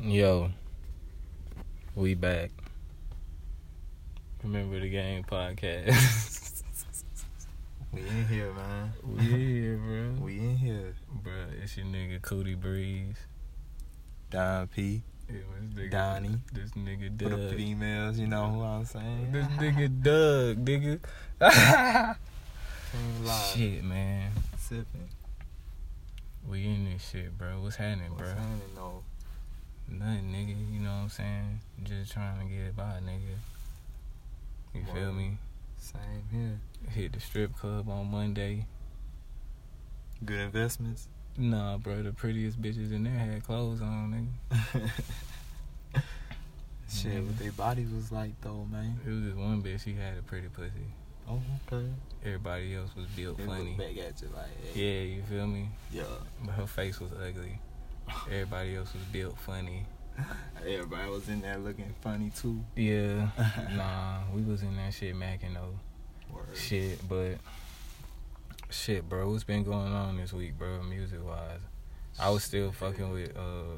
Yo, we back. Remember the game podcast. We in here, man. we here, bro. We in here. bro, it's your nigga Cootie Breeze. Don P It was nigga, Donnie. This nigga for the Doug. females, you know who I'm This saying? nigga Doug, nigga. Team live. shit, man. Sipping. We in this shit, bro. What's happening, What's bro? happening, though? Nothing, nigga. You know what I'm saying? Just trying to get by, nigga. You feel Word. me? Same here. Hit the strip club on Monday. Good investments. Nah, bro, the prettiest bitches in there had clothes on, Shit, Mm-hmm. what their bodies was like, though, man. nigga. It was just one bitch, she had a pretty pussy. Oh, okay. Everybody else was built They funny. look back at you like, hey, Yeah, you feel me? yeah. But her face was ugly. Everybody else was built funny. Everybody was in there looking funny, too. Yeah. nah, we was in that shit macking though. Word. Shit, but shit, bro, what's been going on this week, bro, music wise? I was still fucking with uh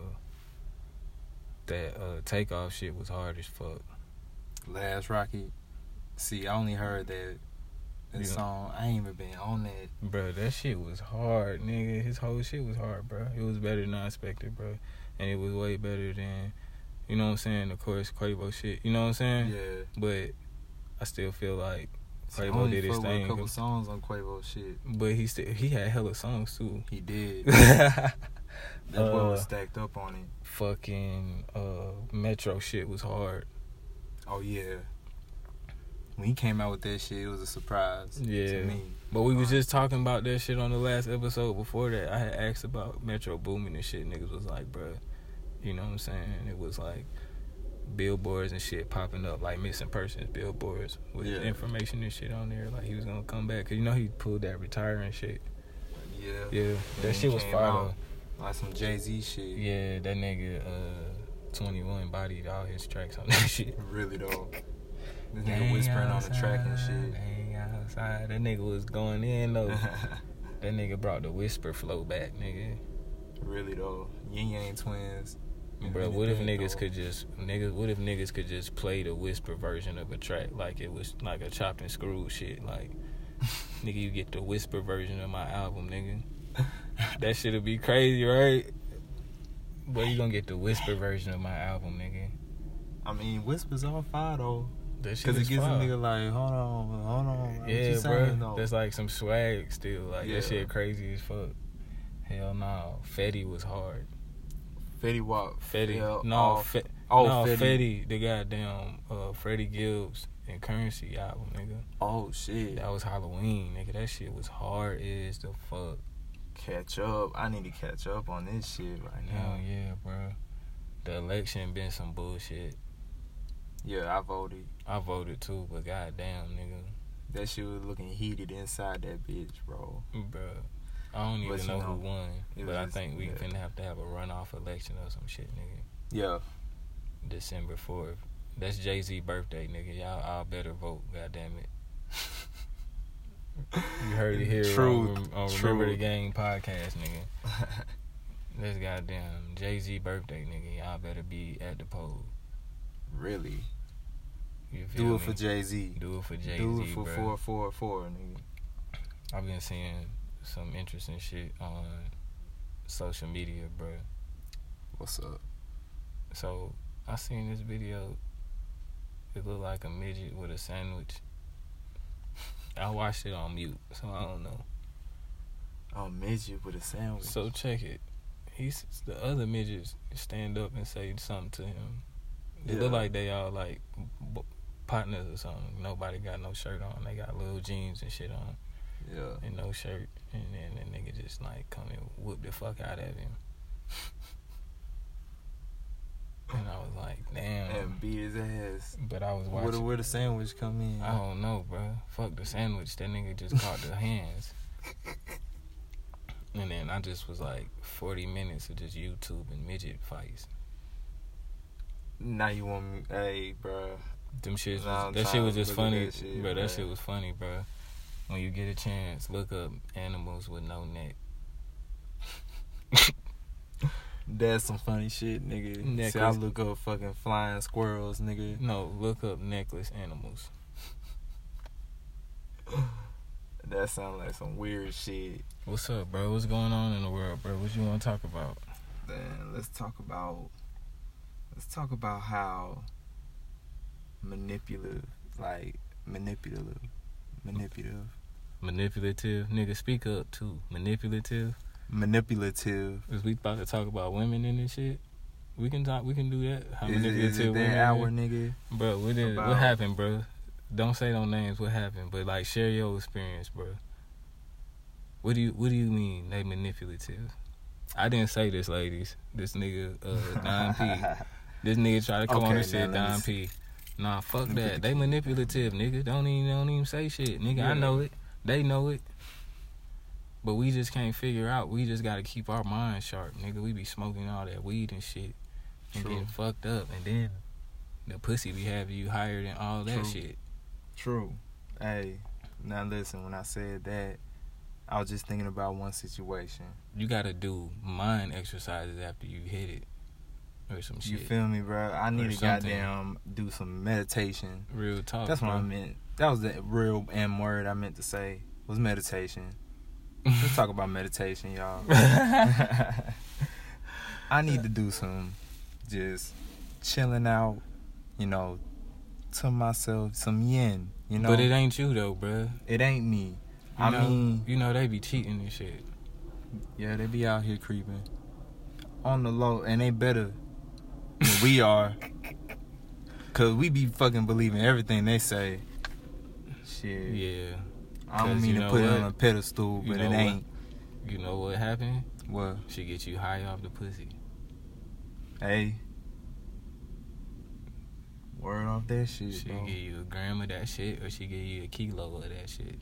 that uh takeoff shit was hard as fuck. Last Rocket. See, I only heard that, that Yeah. song. I ain't even been on that. Bro, that shit was hard, nigga. His whole shit was hard, bro. It was better than I expected, bro. And it was way better than, you know what I'm saying? Of course, Quavo shit, you know what I'm saying? Yeah. But I still feel like, See, I Quavo only did his fuck with thing. A couple songs on Quavo shit. but he still he had hella songs too. He did. That's Fucking what Uh, was stacked up on it. uh Metro shit was hard. Oh yeah. When he came out with that shit, it was a surprise Yeah. to me. But we was just talking about that shit on the last episode before that. I had asked about Metro booming and shit. Niggas was like, bruh, you know what I'm saying? It was like billboards and shit popping up, like missing persons billboards with Yeah. information and shit on there. Like he was gonna come back. Cause you know he pulled that retiring shit. Yeah. Yeah. he That shit was came fire out. though. Like some Jay Z shit. Yeah, that nigga uh 21 bodied all his tracks on that shit. Really though. This nigga whispering on the track and shit. Hang outside. That nigga was going in though. that nigga brought the whisper flow back, nigga. really though. Yin Yang twins. Bro, what if Anything, niggas though. could just niggas? What if niggas could just play the whisper version of a track like it was like a chopped and screwed shit? Like, nigga, you get the whisper version of my album, nigga. That shit'll be crazy, right? But you gonna get the whisper version of my album, nigga. I mean, whispers all fire though. That shit Cause is it gives fire. a nigga like, hold on, hold on. What yeah, you saying, bro. though? That's like some swag still. Like Yeah. that shit crazy as fuck. Hell no, Fetty was hard. Fetty Wap. Fetty, Fell no, off. Fe- oh, no, Fetty. Fetty. the goddamn uh, Freddie Gibbs and Currency album, nigga. Oh shit. That was Halloween, nigga. That shit was hard as the fuck. catch up. I need to catch up on this shit right now. Hell yeah, bro. The election been some bullshit. Yeah, I voted. I voted too, but goddamn, nigga, That shit was looking heated inside that bitch, bro. bro. I don't even But you know, who know, won, but it was I just- think we yeah. finna have to have a runoff election or some shit, nigga. Yeah. December fourth. That's Jay Z birthday, nigga. Y'all all better vote. Goddamn it. You heard it here Truth. on, on Remember the Truth. Game podcast, nigga. This goddamn Jay Z birthday, nigga. Y'all better be at the poll. really. You feel Do me? it for Jay Z. Do it for Jay Z, Do it for bro. four four four, nigga. I've been seeing some interesting shit on social media, bro. What's up? So I seen this video. It looked like a midget with a sandwich. I watched it on mute, so I don't know. Oh, midget with a sandwich. So check it. He's the other midgets stand up and say something to him. It Yeah. look like they all like b- partners or something. Nobody got no shirt on. They got little jeans and shit on yeah. and no shirt. And then the nigga just like come and whoop the fuck out of him. and I was like, damn. And beat his ass. But I was Where the, watching. where the sandwich come in? I don't know, bro. Fuck the sandwich. That nigga just caught the hands. And then I just was like 40 minutes of just YouTube and midget fights. Now you want me? Hey, bro. Them shits Nah, I'm was, that shit was trying just to look at funny, that shit, bro. That man. shit was funny, bro. When you get a chance, look up animals with no neck. That's some funny shit, nigga. See, I Necklace. look up fucking flying squirrels, nigga. No, look up necklace animals. That sound like some weird shit. What's up, bro? What's going on in the world, bro? What you want to talk about? Then let's talk about let's talk about how manipulative, like manipulative, manipulative, Manipulative, nigga. Speak up too. Manipulative. manipulative. Cause we about to talk about women and this shit. We can talk. We can do that. How Is it, is it manipulative that women? hour, is. nigga? Bro, what did About- what happened, bro? Don't say no names. What happened? But like, share your experience, bro. What do you What do you mean they manipulative? I didn't say this, ladies. This nigga, uh, Don P. This nigga tried to come on Okay, and said now let me Don s- P. Nah, fuck let me that. get They you- manipulative, nigga. Don't even don't even say shit, nigga. Yeah. I know it. They know it. But we just can't figure out. We just gotta keep our minds sharp, nigga. We be smoking all that weed and shit, and True. getting fucked up, and then the pussy be having you higher than all that True. shit. True. Hey, now listen. When I said that, I was just thinking about one situation. You gotta do mind exercises after you hit it, or some You shit. feel me, bro? I need to something. goddamn do some meditation. Real talk. That's what bro. I meant. That was the real M word I meant to say was meditation. Let's talk about meditation, y'all. I need to do some just chilling out, you know, to myself, some yin, you know. But it ain't you though, bruh. It ain't me. You I know, mean, you know they be cheating and shit. yeah, they be out here creeping on the low, and they better than we are, cause we be fucking believing everything they say. Shit. Yeah. I don't 'Cause mean you to know put it on what? a pedestal, You but know it what? ain't. You know what happened? Well, She get you high off the pussy. hey. Word off that shit, She bro. give you a gram of that shit, or she give you a kilo of that shit.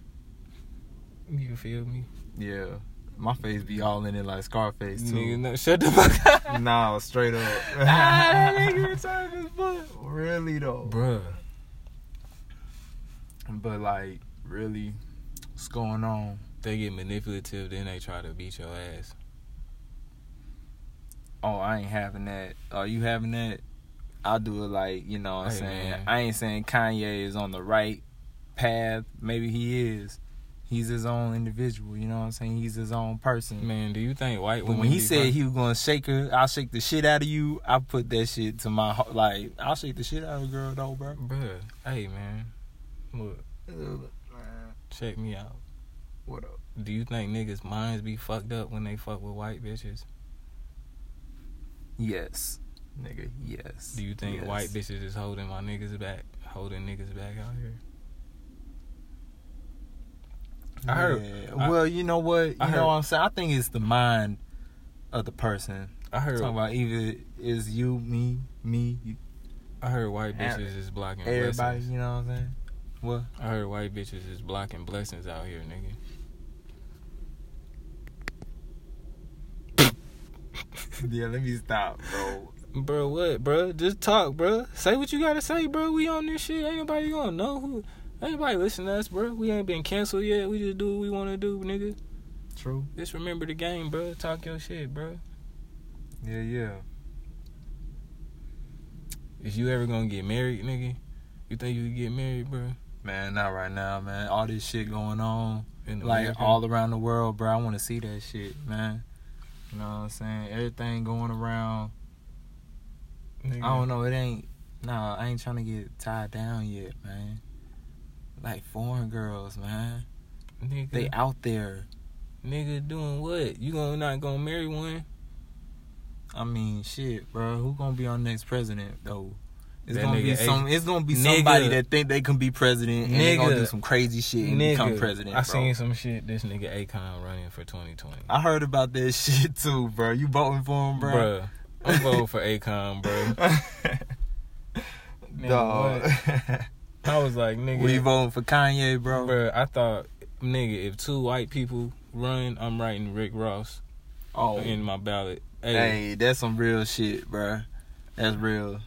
You feel me? Yeah. My face be all in it like Scarface, Nigga, too. no, shut the fuck up. nah, straight up. ah, that nigga retarded as fuck. really, though. Bruh. But, like, really, what's going on? They get manipulative, then they try to beat your ass. Oh, I ain't having that. Are you having that? I do it like, you know what I'm Hey, saying? man. I ain't saying Kanye is on the right path. Maybe he is. He's his own individual, you know what I'm saying? He's his own person. Man, do you think white But women? when he be said fuck- he was gonna shake her, I'll shake the shit out of you. I put that shit to my heart. Like, I'll shake the shit out of a girl, though, bro. Bruh, hey, man. Look, check me out. Uh, What up? Do you think niggas' minds be fucked up when they fuck with white bitches? Yes. Nigga, yes. Do you think Yes. white bitches is holding my niggas back, holding niggas back out here? I heard- Yeah. I- well, you know what? You I heard- know what I'm saying? I think it's the mind of the person. I heard, Talking about either is you, me, me, you, I heard white Ev- bitches is blocking everybody. blessings. You know what I'm saying? Well, I heard white bitches is blocking blessings out here, nigga. yeah. Let me stop, bro. Bro, what, bro? Just talk, bro. Say what you gotta say, bro. We on this shit. Ain't nobody gonna know who. Ain't nobody listen to us, bro. We ain't been canceled yet. We just do what we wanna do, nigga. True. Just remember the game, bro. Talk your shit, bro. Yeah, yeah. If you ever gonna get married, nigga, you think you could get married, bro? Man, not right now, man. All this shit going on. In like America? all around the world, bro. I want to see that shit, man. You know what I'm saying? Everything going around. Nigga. I don't know. It ain't. Nah, I ain't trying to get tied down yet, man. Like foreign girls, man. Nigga. They out there. Nigga doing what? You gonna not gonna marry one? I mean, shit, bro. Who gonna be our next president though? It's That gonna be nigga some. It's gonna be Nigga. somebody that think they can be president and they gonna Nigga. do some crazy shit and become president. I bro. seen some shit. This nigga Akon running for 2020. I heard about that shit too, bro. You voting for him, bro? Bruh, I'm voting for Akon, bro. Dog. I was like, nigga, we voting for Kanye, bro. bruh, I thought, nigga, if two white people run, I'm writing Rick Ross Oh, in my ballot. Hey, hey, that's some real shit, bro. That's real.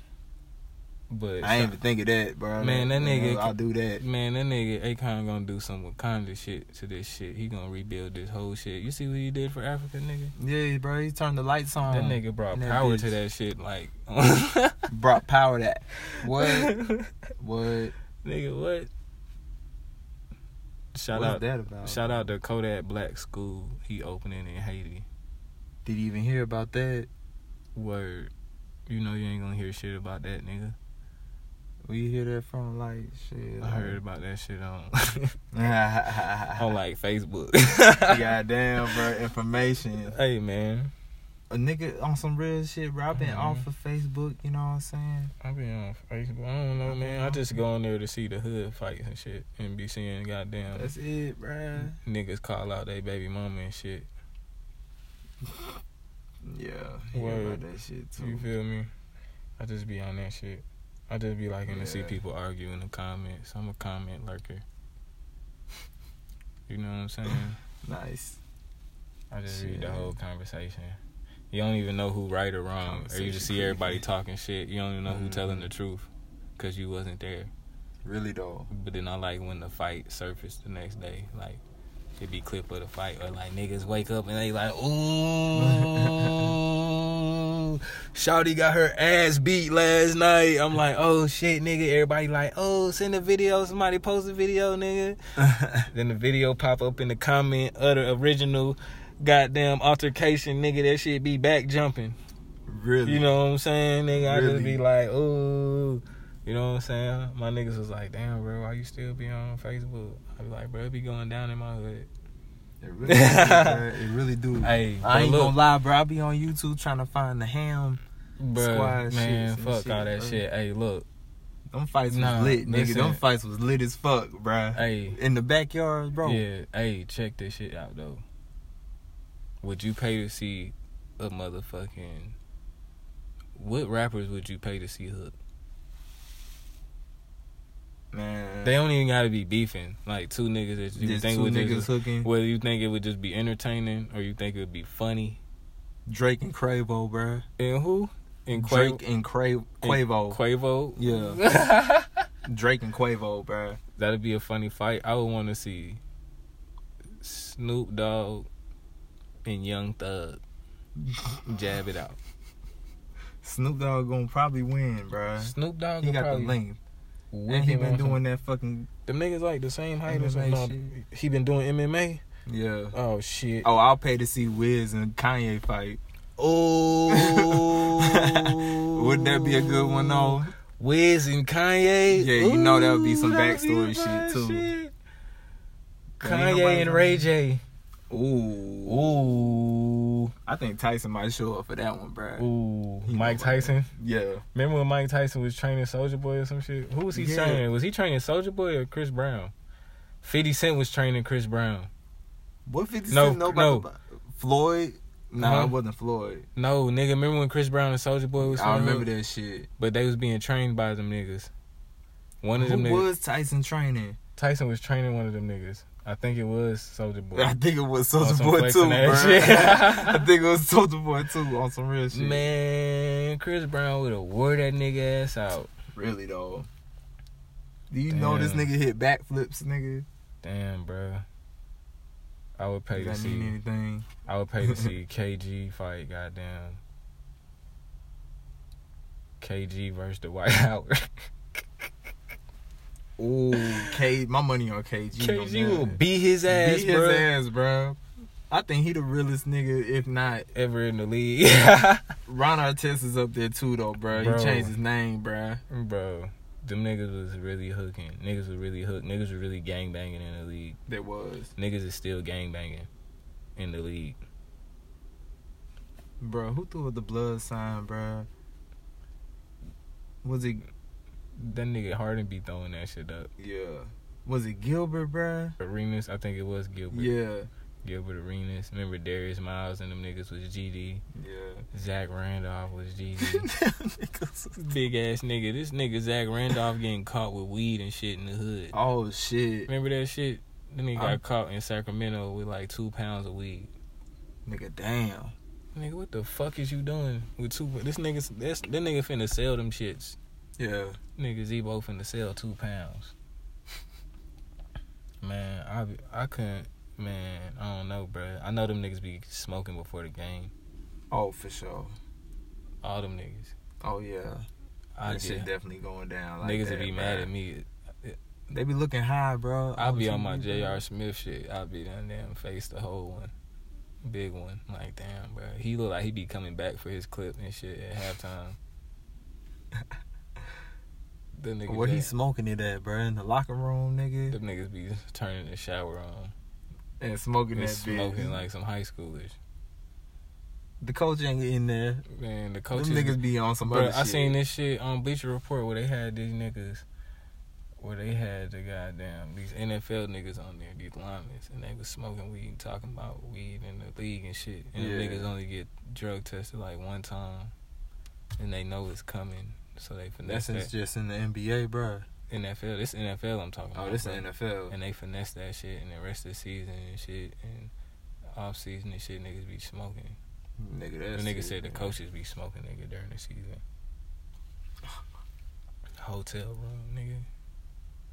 But I ain't even think of that, bro. Man, that You know, nigga- I'll do that. Man, that nigga Akon gonna do some Wakanda shit to this shit. He gonna rebuild this whole shit. You see what he did for Africa, nigga? Yeah, bro. He turned the lights on. Oh, That nigga brought and that power bitch. to that shit. Like, brought power. That what? nigga, What? what? Shout What's out, that about? shout out to Kodak Black School. He opening in Haiti. Did you even hear about that? Word, you know you ain't gonna hear shit about that, nigga. Where you hear that from? Like shit. I heard about that shit on on oh like Facebook. Goddamn, bro. Information. Hey man, A nigga on some real shit, bro. I've been Mhm. off of Facebook. You know what I'm saying? I be on Facebook. I don't know, man. I just go on there to see the hood fights and shit, and be seeing goddamn That's it, bro. niggas call out their baby mama and shit. Yeah. Hear Mm-hmm. Word. about that shit You too. feel me? I just be on that shit. I just be liking to see Yeah. people argue in the comments. I'm a comment lurker. You know what I'm saying? Nice. I just read the Shit. whole conversation. You don't even know who right or wrong, or you just see Conversation everybody creepy. talking shit. You don't even know who Mhm. telling the truth, cause you wasn't there. Really though. But then I like when the fight surfaced the next day. Like it be clip of the fight or like niggas wake up and they like, ooh Shawty got her ass beat last night. I'm like, oh shit, nigga. Everybody like, oh, send a video, somebody post a video, nigga. Then the video pop up in the comment, other original goddamn altercation, nigga, that shit be back jumping. really. You know what I'm saying, nigga? I just Really? be like, ooh. You know what I'm saying? My niggas was like, damn, bro, why you still be on Facebook? I be like, bro, it be going down in my hood. It really, do, bruh. It really do. Hey, I but ain't look- gonna lie, bro. I be on YouTube trying to find the ham. Bro, man, Squad shits and fuck shit, all that bro. shit. Hey, look, Them fights Nah, was lit, nigga. listen. Them fights was lit as fuck, bruh. hey, In the backyard, bro. yeah, hey, check this shit out though. Would you pay to see a motherfucking? What rappers would you pay to see hook? Man. They don't even gotta be beefing. Like two niggas that you just think two would niggas just hooking. whether you think it would just be entertaining or you think it would be funny. Drake and Quavo, bruh. And who? And Quavo. Drake and Cra- Quavo. Quavo. yeah. Drake and Quavo, bruh. That'd be a funny fight. I would want to see Snoop Dogg and Young Thug jab it out. Snoop Dogg gonna probably win, bruh. Snoop Dogg. He would got probably the length. whip And he him been on some- doing that fucking. Them niggas like the same height or something. MMA No, He been doing MMA. Yeah. Oh shit. Oh, I'll pay to see Wiz and Kanye fight. Oh. Wouldn't that be a good one, though? Wiz and Kanye. Yeah, you know that would be some Ooh, that would backstory be my shit, too. Ain't Kanye nobody and gonna- Ray J. Ooh. Ooh, I think Tyson might show up for that one, bruh. ooh. He Mike know about Tyson. Yeah. Remember when Mike Tyson was training Soldier Boy or some shit? Who was he Yeah. training? Was he training Soldier Boy or Chris Brown? Fifty Cent was training Chris Brown. What 50 No, Cent know no. about the- Floyd? No, Uh-huh. it wasn't Floyd. No, nigga. Remember when Chris Brown and Soldier Boy was? I training? remember that shit. But they was being trained by them niggas. One of Who them niggas. was Tyson training? Tyson was training one of them niggas. I think it was Soldier Boy. I think it was On Soldier some Boy flexing too, bro. ass shit. I think it was Soldier Boy too on some real shit. Man, Chris Brown would have wore that nigga ass out. really though. Do you know this Damn. nigga hit backflips, nigga? Damn, bro. I would pay Does to that mean see. anything? I would pay to see KG fight. Goddamn. KG versus the White Howard. Ooh, K, my money on KG. KG on will that. beat his ass, Beat his bro. ass, bro. I think he the realest nigga, if not. Ever in the league, Ron Artest is up there too, though, bro. Bro. He changed his name, bro. bro. Them niggas was really hooking. Niggas was really hooked. Niggas were really gang banging in the league. That was, Niggas is still gang banging in the league. bro. Who threw up the blood sign, bro? Was it That nigga Harden be throwing that shit up. Yeah. Was it Gilbert, bruh? Arenas, I think it was Gilbert. Yeah. Gilbert Arenas. Remember Darius Miles and them niggas was GD. Yeah. Zach Randolph was GD. Big ass nigga. This nigga Zach Randolph getting caught with weed and shit in the hood. oh shit. Remember that shit? Then he got I'm- caught in Sacramento with like two pounds of weed. Nigga, damn. Nigga, what the fuck is you doing with two? This nigga, that's that nigga finna sell them shits. Yeah. Niggas Ebo finna sell two pounds. Man, I be- I couldn't. Man, I don't know, bruh. I know them niggas be smoking before the game. Oh, for sure. All them niggas. Oh yeah. I that just shit definitely going down. Like niggas that, would be bruh. mad at me. They be looking high, bro. I'll be on my TV, bruh. J.R. Smith shit. I'll be down there and face the whole one, big one. Like damn, bruh. He look like he be coming back for his clip and shit at halftime. the nigga. Where he that- smoking it at, bro? In the locker room, nigga. Them niggas be turning the shower on. And smoking And that smoking bitch. like some high schoolers. the coach ain't in there. Man, the coaches. Coaches, Them niggas be on some Bruh, other I shit. seen this shit on Bleacher Report where they had these niggas, where they had the goddamn these NFL niggas on there, these linemen, and they was smoking weed, and talking about weed in the league and shit. And the Yeah. niggas only get drug tested like one time, and they know it's coming, so they finesse That's that. just in the NBA, bro. NFL, this NFL I'm talking Oh, about. this bruh. is NFL. and they finesse that shit in the rest of the season and shit and off season and shit niggas be smoking. nigga, The that's nigga it, said the man. coaches be smoking nigga during the season. Hotel room, nigga.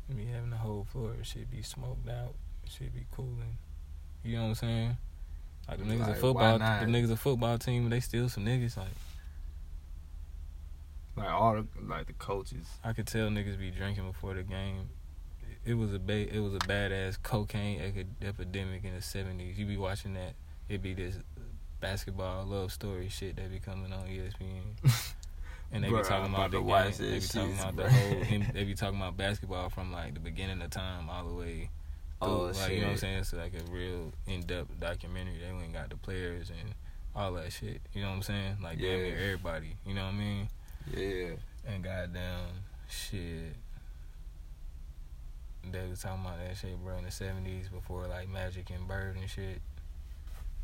You Be having the whole floor, shit be smoked out, shit be cooling. You know what I'm saying? Like the niggas Like, a why football, the not? niggas a football team, but they still some niggas. Like Like all the like the coaches. I could tell niggas be drinking before the game. It was a ba- it was a badass cocaine epi- epidemic in the seventies. You be watching that, it be this basketball love story shit that be coming on E ESPN. And they be Bruh, talking I'm about about the to game. watch They be this talking shit, about the bruh. whole. and They be talking about basketball from like the beginning of time all the way. Through, Oh, like you know what I'm shit. saying? So like a real in depth documentary. They went and got the players and all that shit. You know what I'm saying? Like damn Yeah. near everybody. You know what I mean? Yeah. And goddamn shit. They was talking about that shit, bro, in the seventies before like Magic and Bird and shit.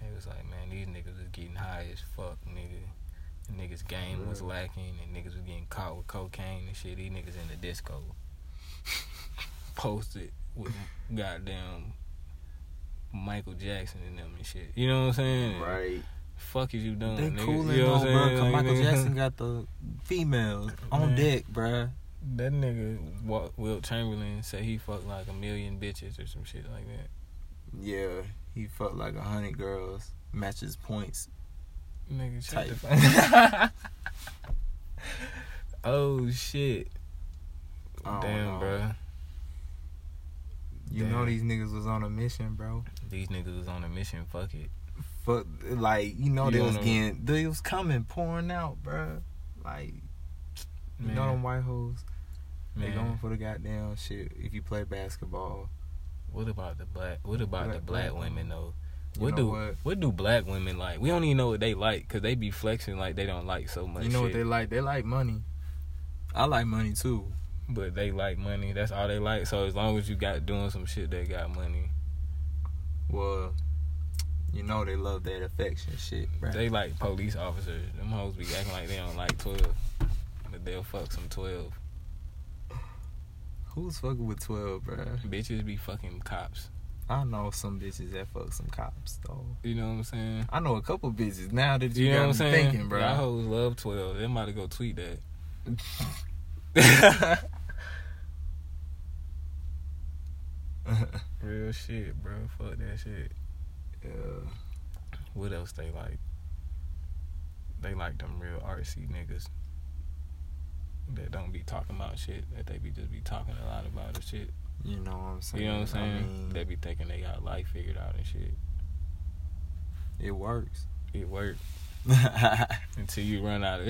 It was like, man, these niggas was getting high as fuck, nigga. The niggas game was Really? lacking and niggas was getting caught with cocaine and shit. These niggas in the disco. Posted with goddamn Michael Jackson and them and shit. You know what I'm saying? Right. Fuck is you doing, They Uh, nigga? cooling you know what I'm though, bro. saying? 'cause Like, Michael nigga- Jackson got the females on Man. deck, bro. That nigga Wa- Will Chamberlain said he fucked like a million bitches or some shit like that. Yeah, he fucked like a hundred girls. Matches points. Nigga, shut the Tight. fuck. oh shit! I don't Damn, know. bro. You Damn. know these niggas was on a mission, bro. These niggas was on a mission. Fuck it. Fuck, like you know You they on was a- getting they was coming pouring out, bro. Like you Man, know them white hoes, they man, going for the goddamn shit. If you play basketball, What about the black? What about the Black- black, black women though? you What know do what? what? do black women like? We don't even know what they like because they be flexing like they don't like so much. you know what shit. they like? They like money. I like money too. but they like money. That's all they like. So as long as you got doing some shit that got money, Well, you know they love that affection shit, bro. They like police officers. Them hoes be acting like they don't like twelve, but they'll fuck some twelve. Who's fucking with twelve, bro? Bitches be fucking cops. I know some bitches that fuck some cops though. You know what I'm saying? I know a couple bitches now that you, You know got what I'm me saying? thinking, bro. Y'all hoes love twelve. They might go tweet that. Real shit, bro. Fuck that shit. yeah. What else they like? They like them real artsy niggas that don't be talking about shit that they be just be talking a lot about and shit. You know what I'm saying? You know what I'm saying? Mm, I mean, they be thinking they got life figured out and shit. it works. It worked until you run out of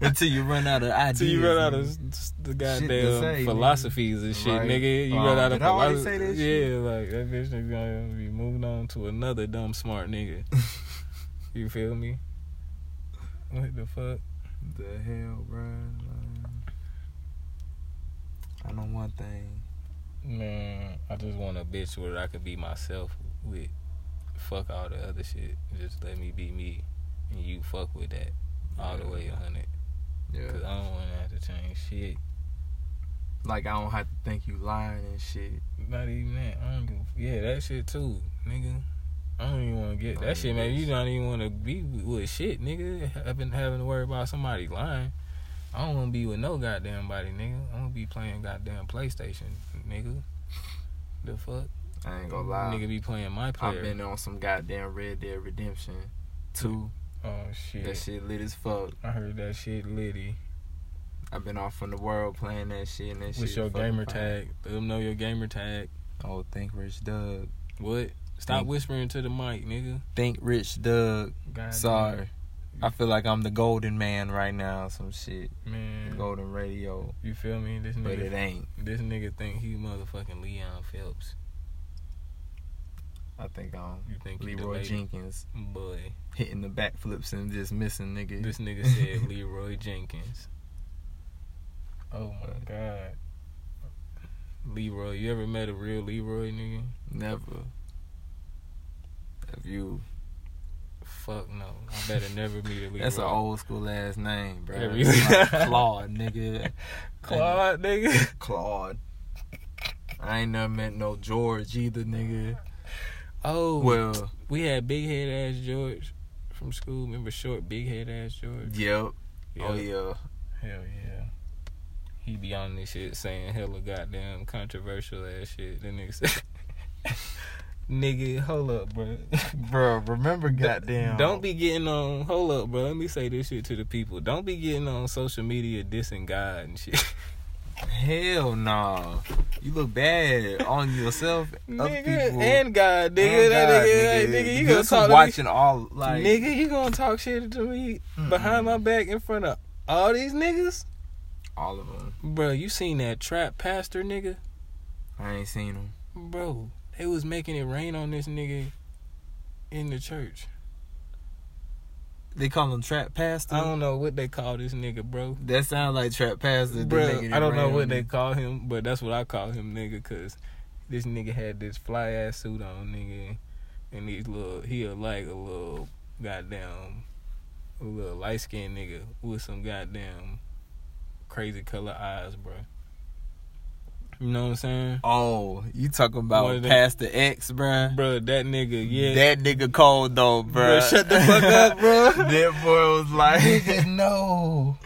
Until you run out of ideas. until you run out of nigga. s- s- the to goddamn say, nigga. philosophies and shit, Right. nigga. You Oh, run out of did I already philosophy. say Yeah, that shit? like that bitch is gonna be moving on to another dumb smart nigga. you feel me? What the fuck? The hell, bro. I know one thing. Man, I just want a bitch where I could be myself with. Fuck all the other shit. Just let me be me, and you fuck with that all the way, hundred. Yeah. Cause I don't want to have to change shit. Like I don't have to think you lying and shit. Not even that. I don't give. a- Yeah, that shit too, nigga. I don't even want to get Nah, that shit, man. bitch. You don't even want to be with shit, nigga. I've been having to worry about somebody lying. I don't wanna be with no goddamn body, nigga. I wanna be playing goddamn PlayStation, nigga. The fuck? I ain't gonna lie. Nigga be playing my player. I've been on some goddamn Red Dead Redemption 2. oh shit. That shit lit as fuck. I heard that shit litty. I've been off from the world playing that shit and that shit. What's your fucking gamer fire. tag? Let them know your gamer tag. Oh, think rich Doug. What? Stop Thank- whispering to the mic, nigga. Think rich Doug. God Sorry. I feel like I'm the golden man right now, some shit. damn, man. Golden radio. You feel me? This But nigga it ain't. This nigga think he motherfucking Leon Phelps. I think I'm You think he Leroy delayed- Jenkins Boy, hitting the backflips and just missing, nigga. this nigga said Leroy Jenkins. Oh my god. Leroy, you ever met a real Leroy nigga? Never. Have you? Fuck no. I better never meet a Leroy. That's an old school ass name, bro. Every- It's like Claude, nigga. Claude nigga. Claude. I ain't never met no George either, nigga. Oh Well, we had big head ass George from school. Remember short big head ass George? yep. Oh Yup. yeah. Hell yeah. He be on this shit saying hella goddamn controversial ass shit. The nigga said, Nigga, hold up, bro. Bro, remember goddamn. Don't be getting on. Hold up, bro. Let me say this shit to the people. Don't be getting on social media dissing God and shit. Hell no. You look bad on yourself, other nigga, people. and God, nigga. and that God, nigga, Hey, nigga, you gonna This is talk to watching all like me. Nigga, you gonna talk shit to me behind my back in front of all these niggas? all of them. Bro, you seen that trap pastor nigga? I ain't seen them. Bro, they was making it rain on this nigga in the church. They call him trap pastor. I don't know what they call this nigga, bro. that sounds like trap pastor. That Bro, nigga I don't that know ran what on they me. call him, but that's what I call him, nigga, cause this nigga had this fly ass suit on, nigga, and these little he a, like a little goddamn a little light skinned nigga with some goddamn crazy color eyes, bro. You know what I'm saying, Oh, you talking One about of them- Pastor X, bruh? bro? That nigga, yeah, That nigga cold though, bruh. Bro, shut the fuck up, bro. that boy was like, no,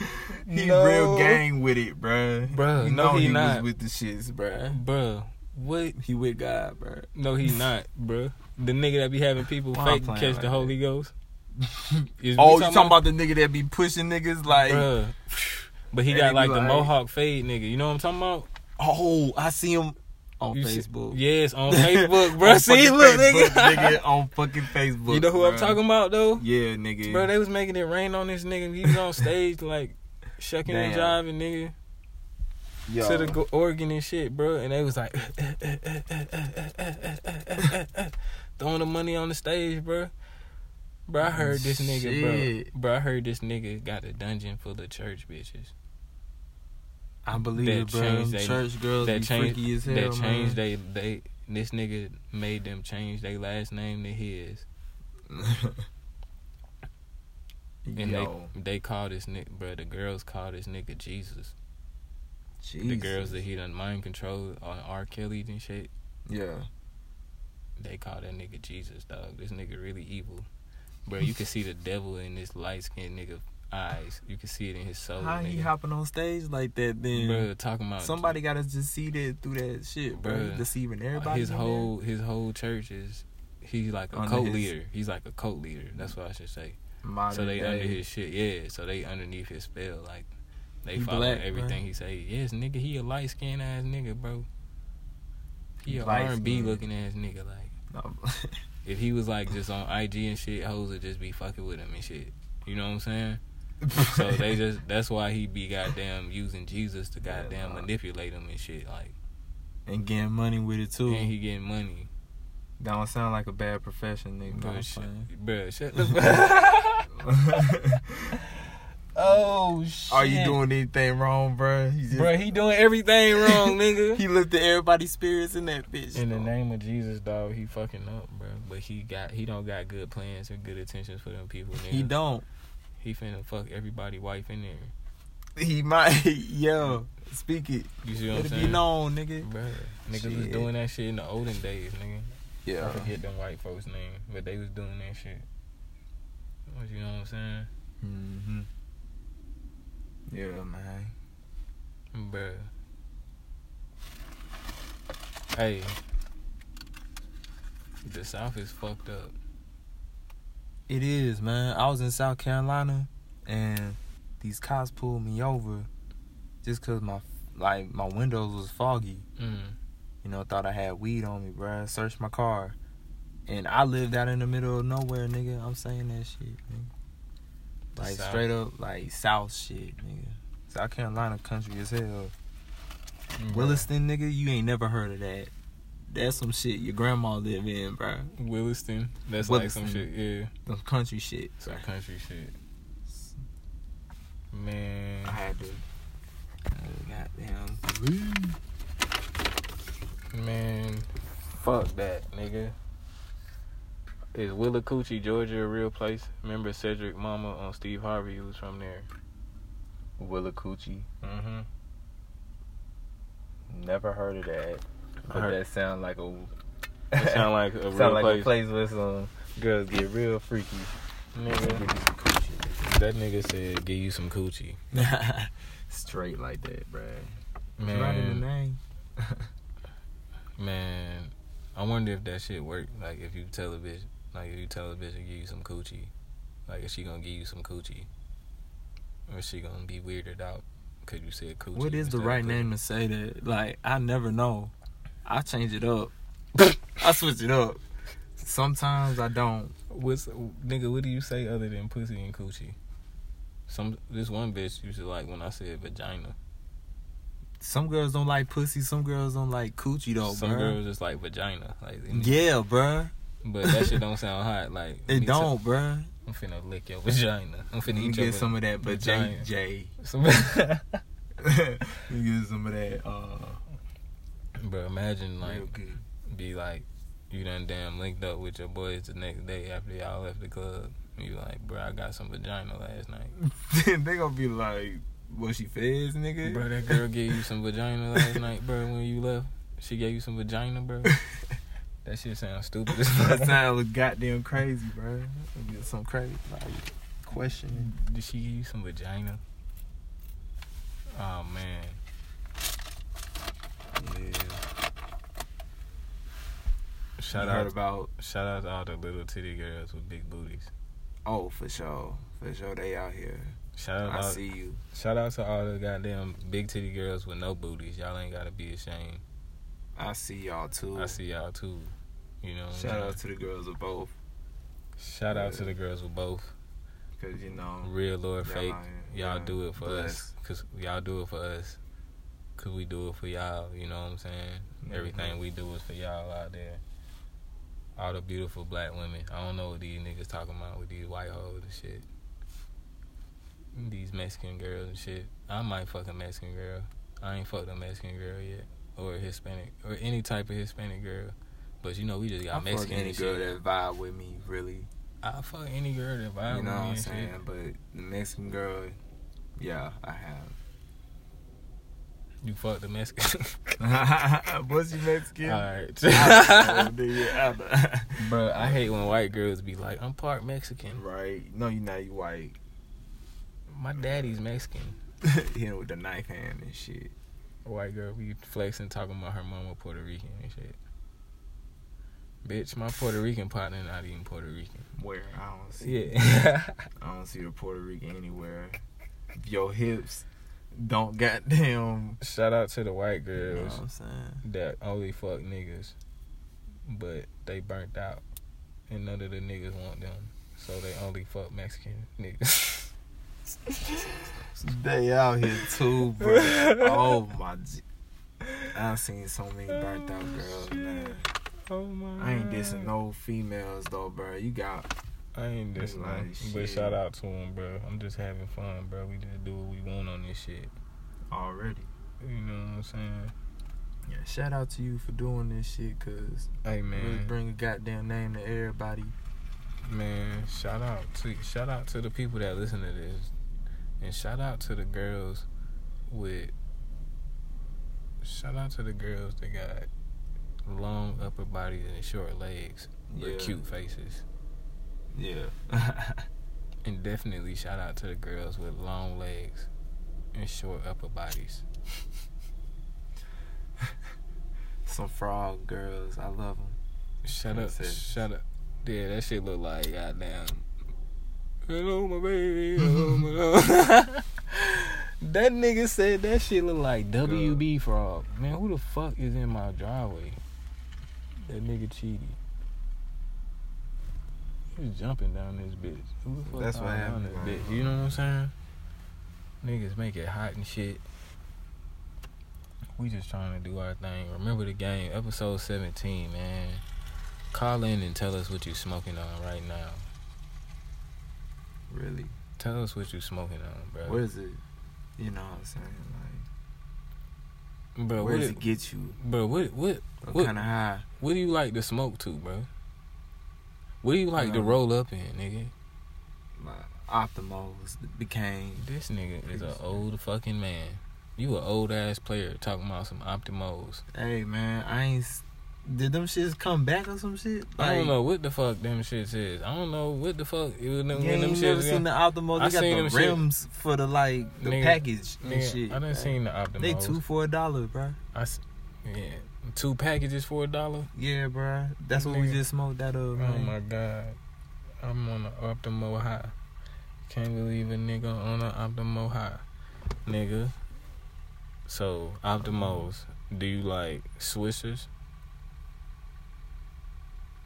he real gang with it, bruh. Bruh, you no, know he he, not. was with the shits, bruh. Bruh, what? He with God, bruh. No, he not, bruh. The nigga that be having people Why I'm fake playing catch like the Holy Ghost. Is Oh, we you talking about the nigga that be pushing niggas like? Bruh. But he And got they like be the like- mohawk fade nigga. You know what I'm talking about? Oh, I see him on You see- Facebook. yes, on Facebook, bro. On See, fucking look, Facebook, nigga. on fucking Facebook. you know who I'm bruh. talking about though? Yeah, nigga. Bro, they was making it rain on this nigga. He was on stage like shucking and Damn. jiving, nigga. Yo. to the go- organ and shit, bro. And they was like throwing the money on the stage, bro. Bro, I heard this nigga, Shit. bro. Bro, I heard this nigga got a dungeon full of church bitches I believe that it, bro. changed Them they- Church girls that be changed freaky as hell, that changed man. they they. This nigga made them change their last name to his, and Yo, they they call this nigga, bro. The girls call this nigga Jesus. The Jesus. girls that he done mind control on R. Kelly and shit. Yeah. They call that nigga Jesus, dog. This nigga really evil. Bro, you can see the devil in this light skinned nigga eyes. You can see it in his soul. How he Oh, nigga. hopping on stage like that then? bro, talking about Somebody gotta just see that through that shit, bro. Bruh. Deceiving everybody. uh, his in whole his whole church is he's like a Under cult his- leader. He's like a cult leader. That's what I should say. there. Modern so they day. under his shit, yeah. So they underneath his spell, like they He follow black, bruh. everything he say. Yes, nigga, he a light skinned ass nigga, bro. He a Light R and B skinned. looking ass nigga. Like No. if he was like just on IG and shit, hoes would just be fucking with him and shit. You know what I'm saying? So they just that's why he be goddamn using Jesus to Yeah, goddamn nah. manipulate him and shit. Like and getting money with it too. and he getting money. Don't sound like a bad profession, nigga. Bro, I'm shut, playing. bruh, shut the fuck. oh shit. Are you doing anything wrong, bro? He, just, Bro, he doing everything wrong, nigga. he lifted everybody's spirits in that bitch. In the though. name of Jesus, dog, he fucking up, bro. But he got he don't got good plans and good intentions for them people, nigga. He don't. He finna fuck everybody wife in there. He might. Yo, speak it. You see what Let I'm it saying? be known, nigga. Bruh, niggas was Shit. doing that shit in the olden days, nigga. Yeah. I forget them white folks' name, but they was doing that shit. What you know what I'm saying? Mm-hmm. Yeah, man. Bruh. Hey. The South is fucked up. It is, man. I was in South Carolina, and these cops pulled me over just cause my like my windows was foggy. Mm. You know, thought I had weed on me, bruh. Searched my car, and I lived out in the middle of nowhere, nigga. I'm saying that shit, nigga. The Like South. straight up, like South shit, nigga. South Carolina country as hell. Bruh. Williston, nigga, you ain't never heard of that. That's some shit your grandma live in, bruh. Williston. That's like some Williston. shit. Yeah. Some country shit. Some country shit. Man. I had to. Goddamn. Man. Fuck that, nigga. Is Willacoochee, Georgia a real place? Remember Cedric Mama on Steve Harvey? He was from there. Willacoochee. Mm-hmm. Never heard of that. But heard- that sound like a. It sound like a real sound like place. a place where some girls get real freaky. Nigga. That nigga said, "Give you some coochie." Straight like that, bruh. Man, name. man, I wonder if that shit work. Like, if you tell a bitch, like, if you tell a bitch to give you some coochie, like, is she gonna give you some coochie, or is she gonna be weirded out because you said coochie? What is the instead of right coochie? name to say that? Like, I never know. I change it up. I switch it up. Sometimes I don't. What's nigga? What do you say other than pussy and coochie? Some this one bitch used to like when I said vagina. Some girls don't like pussy. Some girls don't like coochie though, Some bruh. girls just like vagina, like and- Yeah, bruh. But that shit don't sound hot. Like It me don't, bruh. i am I'm finna lick your vagina. I'm Let finna me eat your get some of that, but J vagina. J. Some- Let me get some of that. Uh, Bro, imagine like real good. be like you done damn linked up with your boys the next day after y'all left the club. And you like, bro, I got some vagina last night. they gonna be like, "What she feds, nigga?" Bro, that girl gave you some vagina last night, bro. When you left, she gave you some vagina, bro. That shit sounds stupid as that fuck. sound goddamn crazy, bruh. Let me Get some crazy like question. Did she give you some vagina? Oh man, Yeah. shout You heard out, about shout out to all the little titty girls with big booties. Oh, for sure. For sure they out here. Shout out, I all- see you. shout out to all the goddamn big titty girls with no booties. Y'all ain't gotta be ashamed. I see y'all too. I see y'all too. You know, what I'm Shout saying? out to the girls of both. shout out to the girls with both Cause you know real or y'all fake. out here. Y'all Yeah. do it for us, Bless. cause y'all do it for us, cause we do it for y'all. You know what I'm saying? Everything we do is for y'all out there. All the beautiful black women. I don't know what these niggas talking about with these white hoes and shit. These Mexican girls and shit. I might fuck a Mexican girl. I ain't fucked a Mexican girl yet, or a Hispanic, or any type of Hispanic girl. But you know, we just I got fuck Mexican any and girl shit. that vibe with me, really. I fuck any girl that vibe you with know me what I'm and saying? shit. But the Mexican girl, yeah, I You fuck the Mexican. have. Was she Mexican? I Alright. don't know, nigga. I don't- Bro, I hate when white girls be like, I'm part Mexican. right. No, you not you white. My daddy's Mexican. Hit him with the knife hand and shit. A white girl be flexing, talking about her mama Puerto Rican and shit. Bitch, my Puerto Rican partner not even Puerto Rican. Where I don't see Yeah. I don't see the Puerto Rican anywhere. If your hips don't goddamn. Shout out to the white You know girls what I'm saying? that only fuck niggas, but they burnt out, and none of the niggas want them, so they only fuck Mexican niggas. They out here too, bro. oh my. G- I seen so many burnt out Oh, girls, shit. man. oh my! I ain't dissing no females though, bro. You got I ain't this Like, man. But shit. shout out to him, bro. I'm just having fun, bro. We just do what we want on this shit. already. You know what I'm saying? Yeah, shout out to you for doing this shit, cause Hey you really man, bring a goddamn name to everybody. man. Shout out to shout out to the people that listen to this, and shout out to the girls with. Shout out to the girls that got long upper bodies and short legs, but Yeah. cute faces. Yeah. And definitely shout out to the girls with long legs and short upper bodies. Some frog girls. I love them. Shut up. That's it. Shut up. Yeah, that shit look like goddamn. Hello, my baby. Hello, my love. that nigga said that shit look like WB Frog. Man, who the fuck is in my driveway? That nigga cheated. He was jumping down this bitch. Who the fuck That's what all down happened, this man. bitch? You know what I'm saying? Niggas make it hot and shit. We just trying to do our thing. Remember the game, episode 17, man. Call in and tell us what you smoking on right now. Really. Tell us what you smoking on, bro. Where is it? You know what I'm saying? Like, bro, where what, does it get you? bro, what, what, What What- kind of high? what do you like to smoke to, bro? What do you like to Um, roll up in, nigga? My optimals became. This nigga is an Peace. old fucking man. You an old ass player talking about some optimos. Hey man, I ain't. s- Did them shits come back or some shit? I Like, don't know what the fuck them shits is. I don't know what the fuck it was them, You when ain't them shits. never was seen in- the Optimals. I They seen them got the shit. rims for the like the Nigga, package and Nigga, shit. I done like, seen the optimos. They two for a dollar, bro. I s- yeah, two packages for a dollar. Yeah, bro. That's what we Nigga. just smoked that Oh of. Man. my god, I'm on an optimal high. Can't believe a nigga on an optimal high, nigga. So optimals, do you like swishers?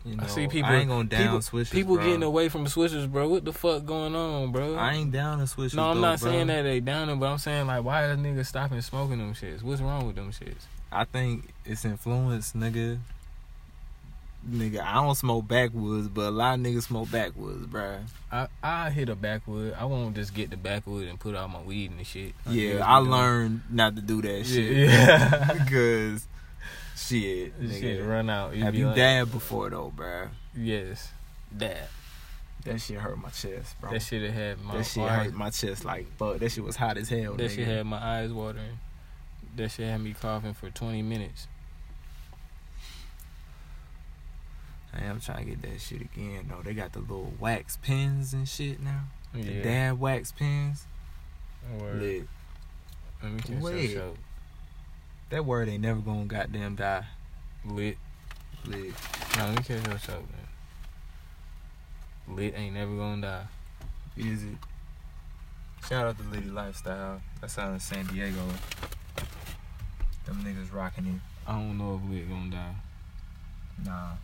You I know, see people- I ain't gonna down people- swishers. People bro. getting away from swishers, bro. What the fuck going on, bro? I ain't down to swishers. no, I'm though, not bro. saying that they down them, but I'm saying like, why are niggas stopping smoking them shits? What's wrong with them shits? I think it's influence, nigga. Nigga, I don't smoke backwoods, but a lot of niggas smoke backwoods, bro. I I hit a backwood. I won't just get the backwood and put out my weed and shit. Like niggas be yeah, I doing. learned not to do that shit. Yeah. because shit, This nigga. shit run out. Have be you like- dabbed before though, bruh? Yes. Dab. That shit hurt my chest, bro. That shit had my That shit eyes, hurt my chest like fuck. That shit was hot as hell. that nigga. shit had my eyes watering. That shit had me coughing for twenty minutes. I am trying to get that shit again though. They got the little wax pens and shit now. The Yeah. dab wax pens. Word. Lit. Let me catch Lit. that show. That word ain't never gonna goddamn die. Lit. Lit. No, let me catch that show, man. Lit ain't never gonna die. Is it? Shout out to Liddy Lifestyle. That's out in San Diego. Them niggas rocking it. I don't know if lit gonna die. Nah.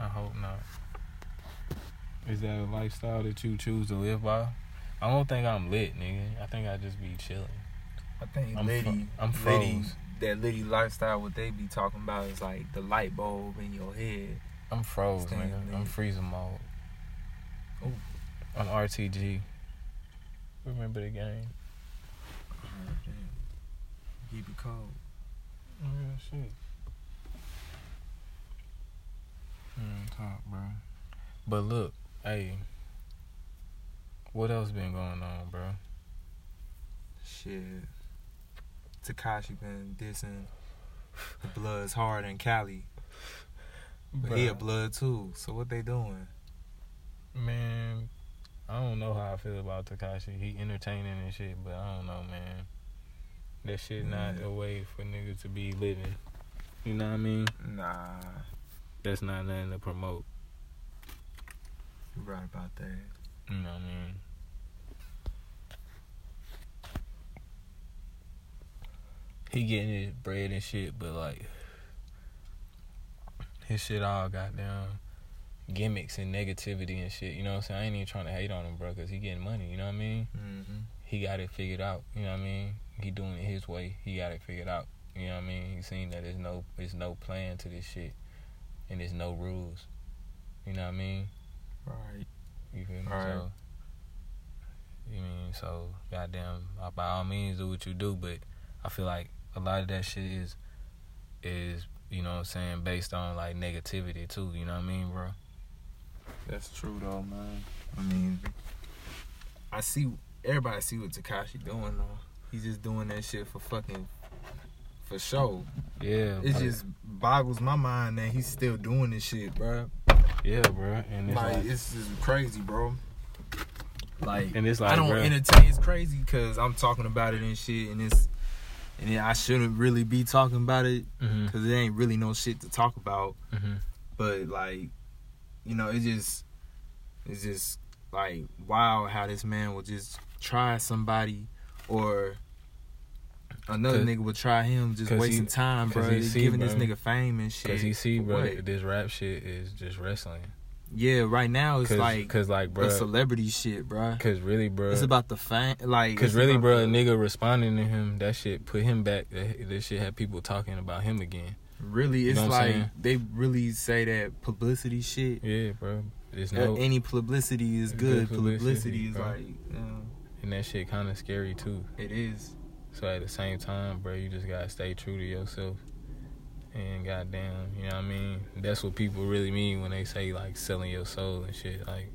I hope not. Is that a lifestyle that you choose to live by? I don't think I'm lit, nigga. I think I just be chilling. I think I'm Liddy, fro- I'm Liddy, froze. that Liddy lifestyle, what they be talking about is like the light bulb in your head. I'm froze, Staying nigga. lit. I'm freezing mode. Ooh. I'm RTG. Remember the game? Keep it cold. Real Oh, shit. Mm, talk, bro. But look, hey, what else been going on, bro? Shit. Takashi been dissing the Bloods hard in Cali. But he a Bruh. Blood too. So what they doing? Man, I don't know how I feel about Takashi. He entertaining and shit, but I don't know, man. That shit not Yeah. a way for niggas to be living. You know what I mean? Nah, That's not nothing to promote. you right about that. You know what I mean? He getting his bread and shit, but like his shit all goddamn gimmicks and negativity and shit. You know what I'm saying? I ain't even trying to hate on him, bro, cause he getting money. You know what I mean? Mm-hmm. he got it figured out. You know what I mean? He doing it his way. He got it figured out. You know what I mean? He seen that there's no there's no plan to this shit, and there's no rules. You know what I mean? Right. You feel me? Right. So, you mean so? Goddamn! uh, By all means, do what you do, but I feel like a lot of that shit is is you know what I'm saying based on like negativity too. You know what I mean, bro? That's true though, man. I mean, I see everybody see what Takashi doing though. He's just doing that shit for fucking for show. Yeah. It bro. just boggles my mind that he's still doing this shit, bro. yeah, bro. And it's Like like, it's just crazy, bro. Like, And it's like, I don't bruh. entertain. It's crazy because I'm talking about it and shit, and it's and then I shouldn't really be talking about it Mm-hmm. because it ain't really no shit to talk about. Mm-hmm. But like, you know, it just it's just like wow how this man will just try somebody or another Cause- nigga will try him just 'cause he- wasting time, 'cause bro. he He's see, giving bro. this nigga fame and shit. Cause he see, For bro, what? this rap shit is just wrestling. Yeah, right now it's Cause, like cause like, a bro, celebrity shit, bro. cause really, bro, It's about the fame, like Cause it's really, about bro, a the- nigga responding to him, that shit put him back. That, that shit had people talking about him again. Really, You it's know what I'm like saying? they really say that publicity shit. Yeah, bro. There's uh, no, Any publicity is It's good. good publicity, Publicity is bro. like yeah, and that shit kind of scary too. it is. So at the same time, bro, you just gotta stay true to yourself. And goddamn, you know what I mean? That's what people really mean when they say like selling your soul and shit. Like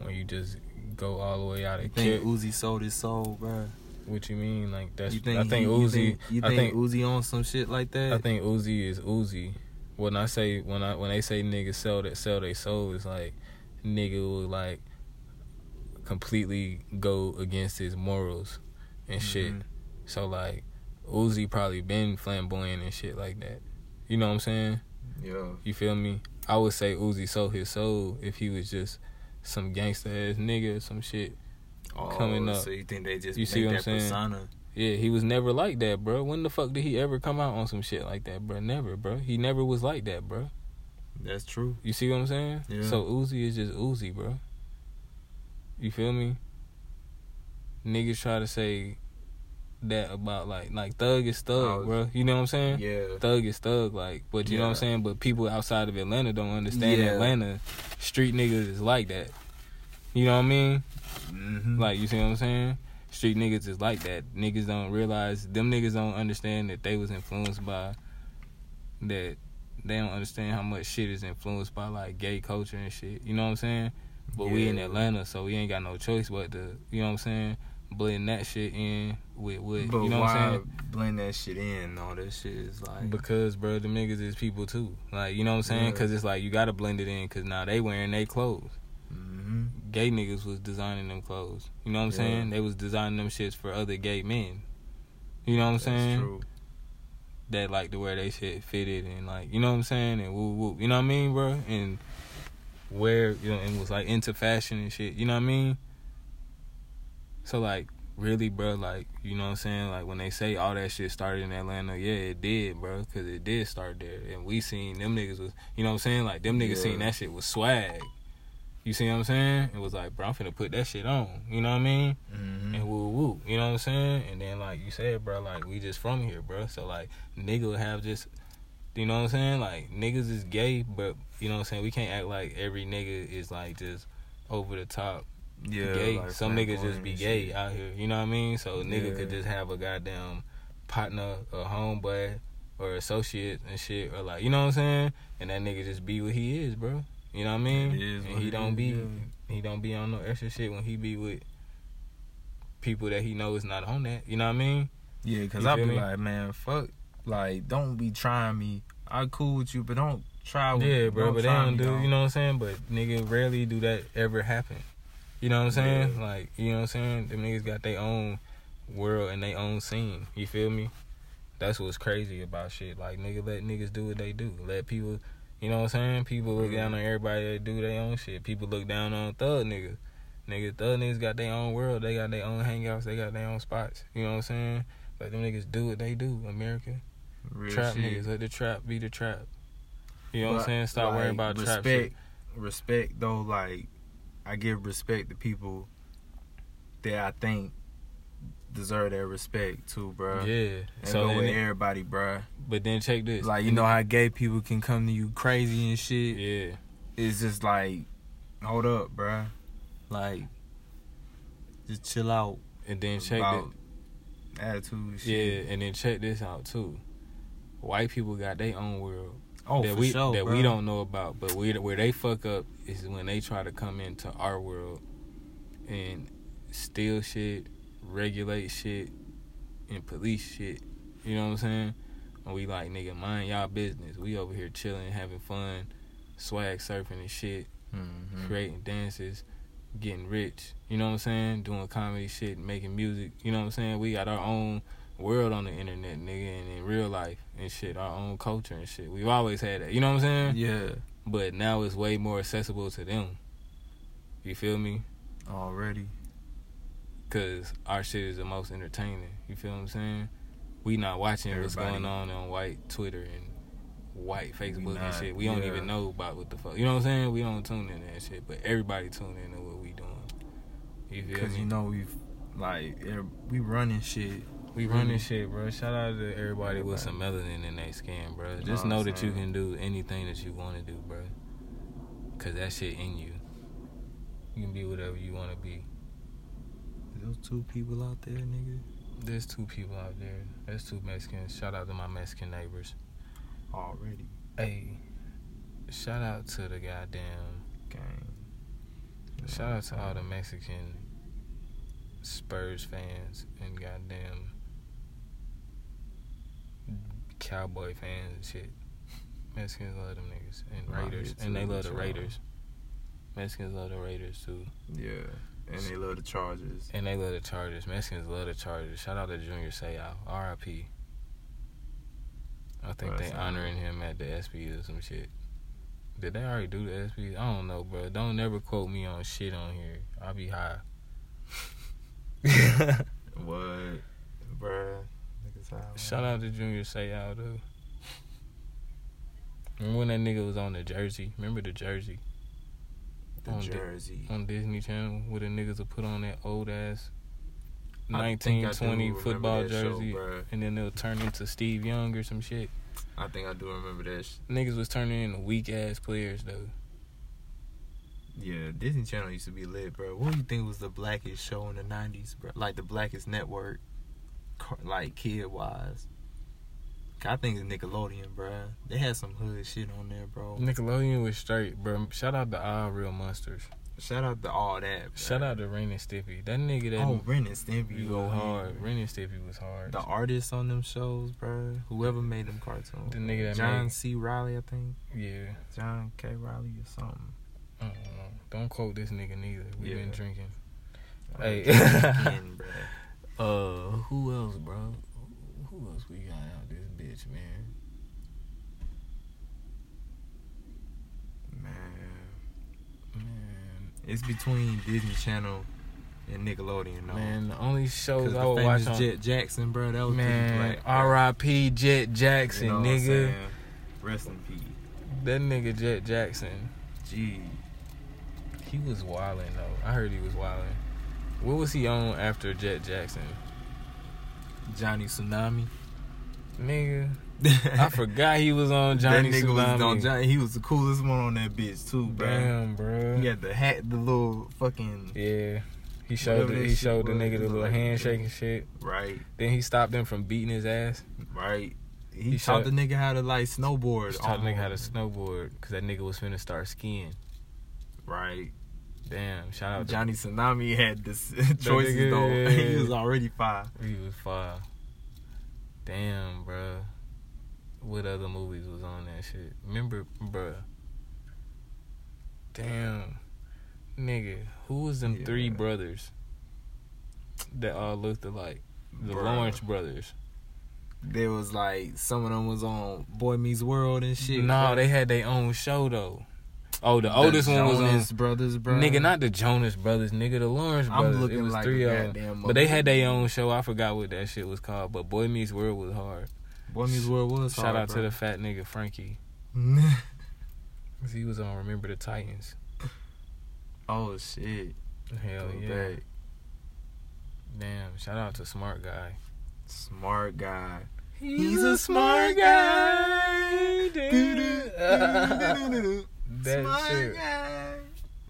when you just go all the way out You of think kit. Uzi sold his soul, bro? What you mean? Like that's You think I think he- You Uzi. think, you I think think Uzi on some shit like that? I think Uzi is Uzi. When I say when I when they say niggas sell that sell their soul, it's like nigga will like completely go against his morals and shit. Mhm. So like Uzi probably been flamboyant and shit like that. You know what I'm saying? Yeah. You feel me? I would say Uzi sold his soul if he was just some gangster ass nigga or some shit. Oh, Coming up. So you think they just You make see what that I'm saying? persona? Yeah, he was never like that, bro. When the fuck did he ever come out on some shit like that, bro? Never, bro. He never was like that, bro. That's true. You see what I'm saying? Yeah. So Uzi is just Uzi, bro. You feel me? Niggas try to say that about like like thug is thug, Oh, bro. You know what I'm saying? Yeah. Thug is thug, like, but you know what I'm Yeah. saying? But people outside of Atlanta don't understand Yeah. Atlanta street niggas is like that. You know what I mean? hmm Like, you see what I'm saying? Street niggas is like that. Niggas don't realize them niggas don't understand that they was influenced by that they don't understand how much shit is influenced by like gay culture and shit. You know what I'm saying? But we in Yeah. Atlanta, so we ain't got no choice but to you know what I'm saying, blend that shit in with with but you know why what I'm saying? blend that shit in? All that shit is like. Because bro, the niggas is people too. Like you know what I'm saying? Yeah. Because it's like you gotta blend it in. Because now they wearing they clothes. hmm Gay niggas was designing them clothes. You know what I'm Yeah. saying? They was designing them shits for other gay men. You know what I'm saying? That's true. That like to wear they shit fitted and like you know what I'm saying and whoop whoop. You know what I mean, bro? And wear you know and was like into fashion and shit. You know what I mean? So like really, bro, like you know what I'm saying? Like when they say all that shit started in Atlanta, yeah, it did, bro, because it did start there. And we seen them niggas was, you know what I'm saying? Like them niggas Yeah. seen that shit was swag. You see what I'm saying? It was like, bro, I'm finna put that shit on. You know what I mean? hmm And woo woo. You know what I'm saying? And then like you said, bro, like we just from here, bro. So like nigga have just, you know what I'm saying? Like niggas is gay, but you know what I'm saying? We can't act like every nigga is like just over the top Yeah. gay. like Some niggas just flamboyant be and gay shit. out here. You know what I mean? So a nigga Yeah. could just have a goddamn partner, a homeboy, or associate and shit, or like you know what I'm saying? And that nigga just be what he is, bro. You know what I mean? It is and what he it don't is, be yeah. he don't be on no extra shit when he be with people that he know is not on that. You know what I mean? Yeah, because You I be feel me? like, man, fuck. Like, don't be trying me. I cool with you, but don't try with Yeah, bro, but they try don't me, do. dog. You know what I'm saying? But nigga, rarely do that ever happen. You know what I'm saying? Like, you know what I'm saying? Them niggas got their own world and their own scene. You feel me? That's what's crazy about shit. Like, nigga, let niggas do what they do. Let people, you know what I'm saying? People look down on everybody that do their own shit. People look down on thug niggas. Nigga, thug niggas got their own world. They got their own hangouts. They got their own spots. You know what I'm saying? Let them niggas do what they do, America. Real trap shit. niggas. Let the trap be the trap. You know what But, I'm saying? Stop worrying like, about trap respect, shit. Respect, though, like, I give respect to people that I think deserve that respect, too, bro. Yeah. And So go then with it- everybody, bro. but then check this. Like, you know how gay people can come to you crazy and shit? Yeah. It's just like, hold up, bro. Like, just chill out. And then check about this. attitude. Shit. Yeah. And then check this out too. White people got their own world Oh, that for we sure, that bro. we don't know about, but we where they fuck up is when they try to come into our world and steal shit, regulate shit, and police shit. You know what I'm saying? And we like nigga, mind y'all business. We over here chilling, having fun, swag surfing and shit. Mhm. creating dances, getting rich. You know what I'm saying? Doing comedy shit, making music. You know what I'm saying? We got our own world on the internet, nigga, and in real life and shit, our own culture and shit. We've always had that. You know what I'm saying? Yeah. But now it's way more accessible to them. You feel me? Already. Cause our shit is the most entertaining. You feel what I'm saying? We not watching what's Everybody- going on on white Twitter and white Facebook and not, shit. We don't yeah. even know about what the fuck. You know what I'm saying? We don't tune in to that shit, but everybody tune in to what we doing. You feel Because me? you know we've like er- we running shit. We Really? running shit, bro. Shout out to everybody with Everybody. some melanin in their skin, bro. You Just know know what I'm that you saying? can do anything that you want to do, bro. Cause that shit in you. You can be whatever you want to be. Those two people out there, nigga. There's two people out there. There's two Mexicans. Shout out to my Mexican neighbors. Already. Hey, shout out to the goddamn. Gang. Shout out to all the Mexican Spurs fans and goddamn Cowboy fans and shit. Mexicans love them niggas and Nah, Raiders, it's and they really love the true. Raiders. Mexicans love the Raiders too, Yeah. And they love the Chargers. and they love the Chargers. Mexicans love the Chargers. Shout out to Junior Seau, R.I.P. I think Bruh, they that's not- honoring him at the SB or some shit. Did they already do the SB? I don't know, bro. Don't never quote me on shit on here. I'll be high. What? Bruh. Niggas out. Shout out to Junior Seau though. Remember when that nigga was on the Jersey? Remember the Jersey the on the- Jersey. on Disney Channel where the niggas would put on that old ass I think nineteen I do twenty remember football that show, jersey, bruh. and then they'll turn into Steve Young or some shit. I think I do remember that. Sh- Niggas was turning into weak ass players though. yeah, Disney Channel used to be lit, bro. What do you think was the blackest show in the '90s, bro? Like the blackest network, car- like kid wise. I think it's Nickelodeon, bro. They had some hood shit on there, bro. Nickelodeon was straight, bro. Shout out to all real monsters. Shout out to all that. Bro. Shout out to Ren and Stimpy. That nigga that oh, Ren and Stimpy. you go was hard. Ren and Stimpy was hard. The artists on them shows, bro. Whoever made them cartoons. The nigga that John made- C. Riley, I think. yeah. John K. Riley or something. I don't know. Don't quote this nigga neither. We've been Yeah. drinking. Hey. Hey. Again, bro. Uh, who else, bro? Who else we got out this bitch, man? Man. Man, It's between Disney Channel and Nickelodeon, though. man, the only 'Cause shows the I would watch on famous Jet Jackson, bro. That was man, pretty black. R.I.P. Jet Jackson, You know what I'm nigga. saying? Rest in peace. That nigga Jet Jackson, Gee. he was wilding though. I heard he was wilding. What was he on after Jet Jackson, Johnny Tsunami. nigga? I forgot he was on Johnny that nigga was Tsunami. on Johnny. He was the coolest one on that bitch too, bro. Damn, bro. He had the hat, the little fucking Yeah. He showed Whatever the, that he shit showed the was, nigga the it little looked like a handshake thing. and shit. right, Then he stopped him from beating his ass. right. He, He taught showed- the nigga how to like snowboard. He taught the nigga how to almost. snowboard because that nigga was finna start skiing. right. Damn, shout out to Johnny Tsunami had this choices nigga, though. yeah, he yeah. was already five. he was fire. Damn, bruh. What other movies was on that shit? Remember, bruh. Damn, nigga, who was them Yeah. three brothers that all looked alike? The Bruh. Lawrence brothers. There was like some of them was on Boy Meets World and shit. No, bro. they had their own show though. Oh, the, The oldest one was Jonas on. Brothers, bro. Nigga, not the Jonas Brothers, nigga, the Lawrence I'm Brothers. looking it was like three a of 'em. goddamn But they had motherfucker. their own show. I forgot what that shit was called. But Boy Meets World was hard. Boy Meets World was Shout out to the fat nigga Frankie. the. 'Cause He was on Remember the Titans. oh shit! Hell Go yeah. back. Damn. Shout out to Smart Guy. Smart guy. He's, a smart guy. that that shit. guy.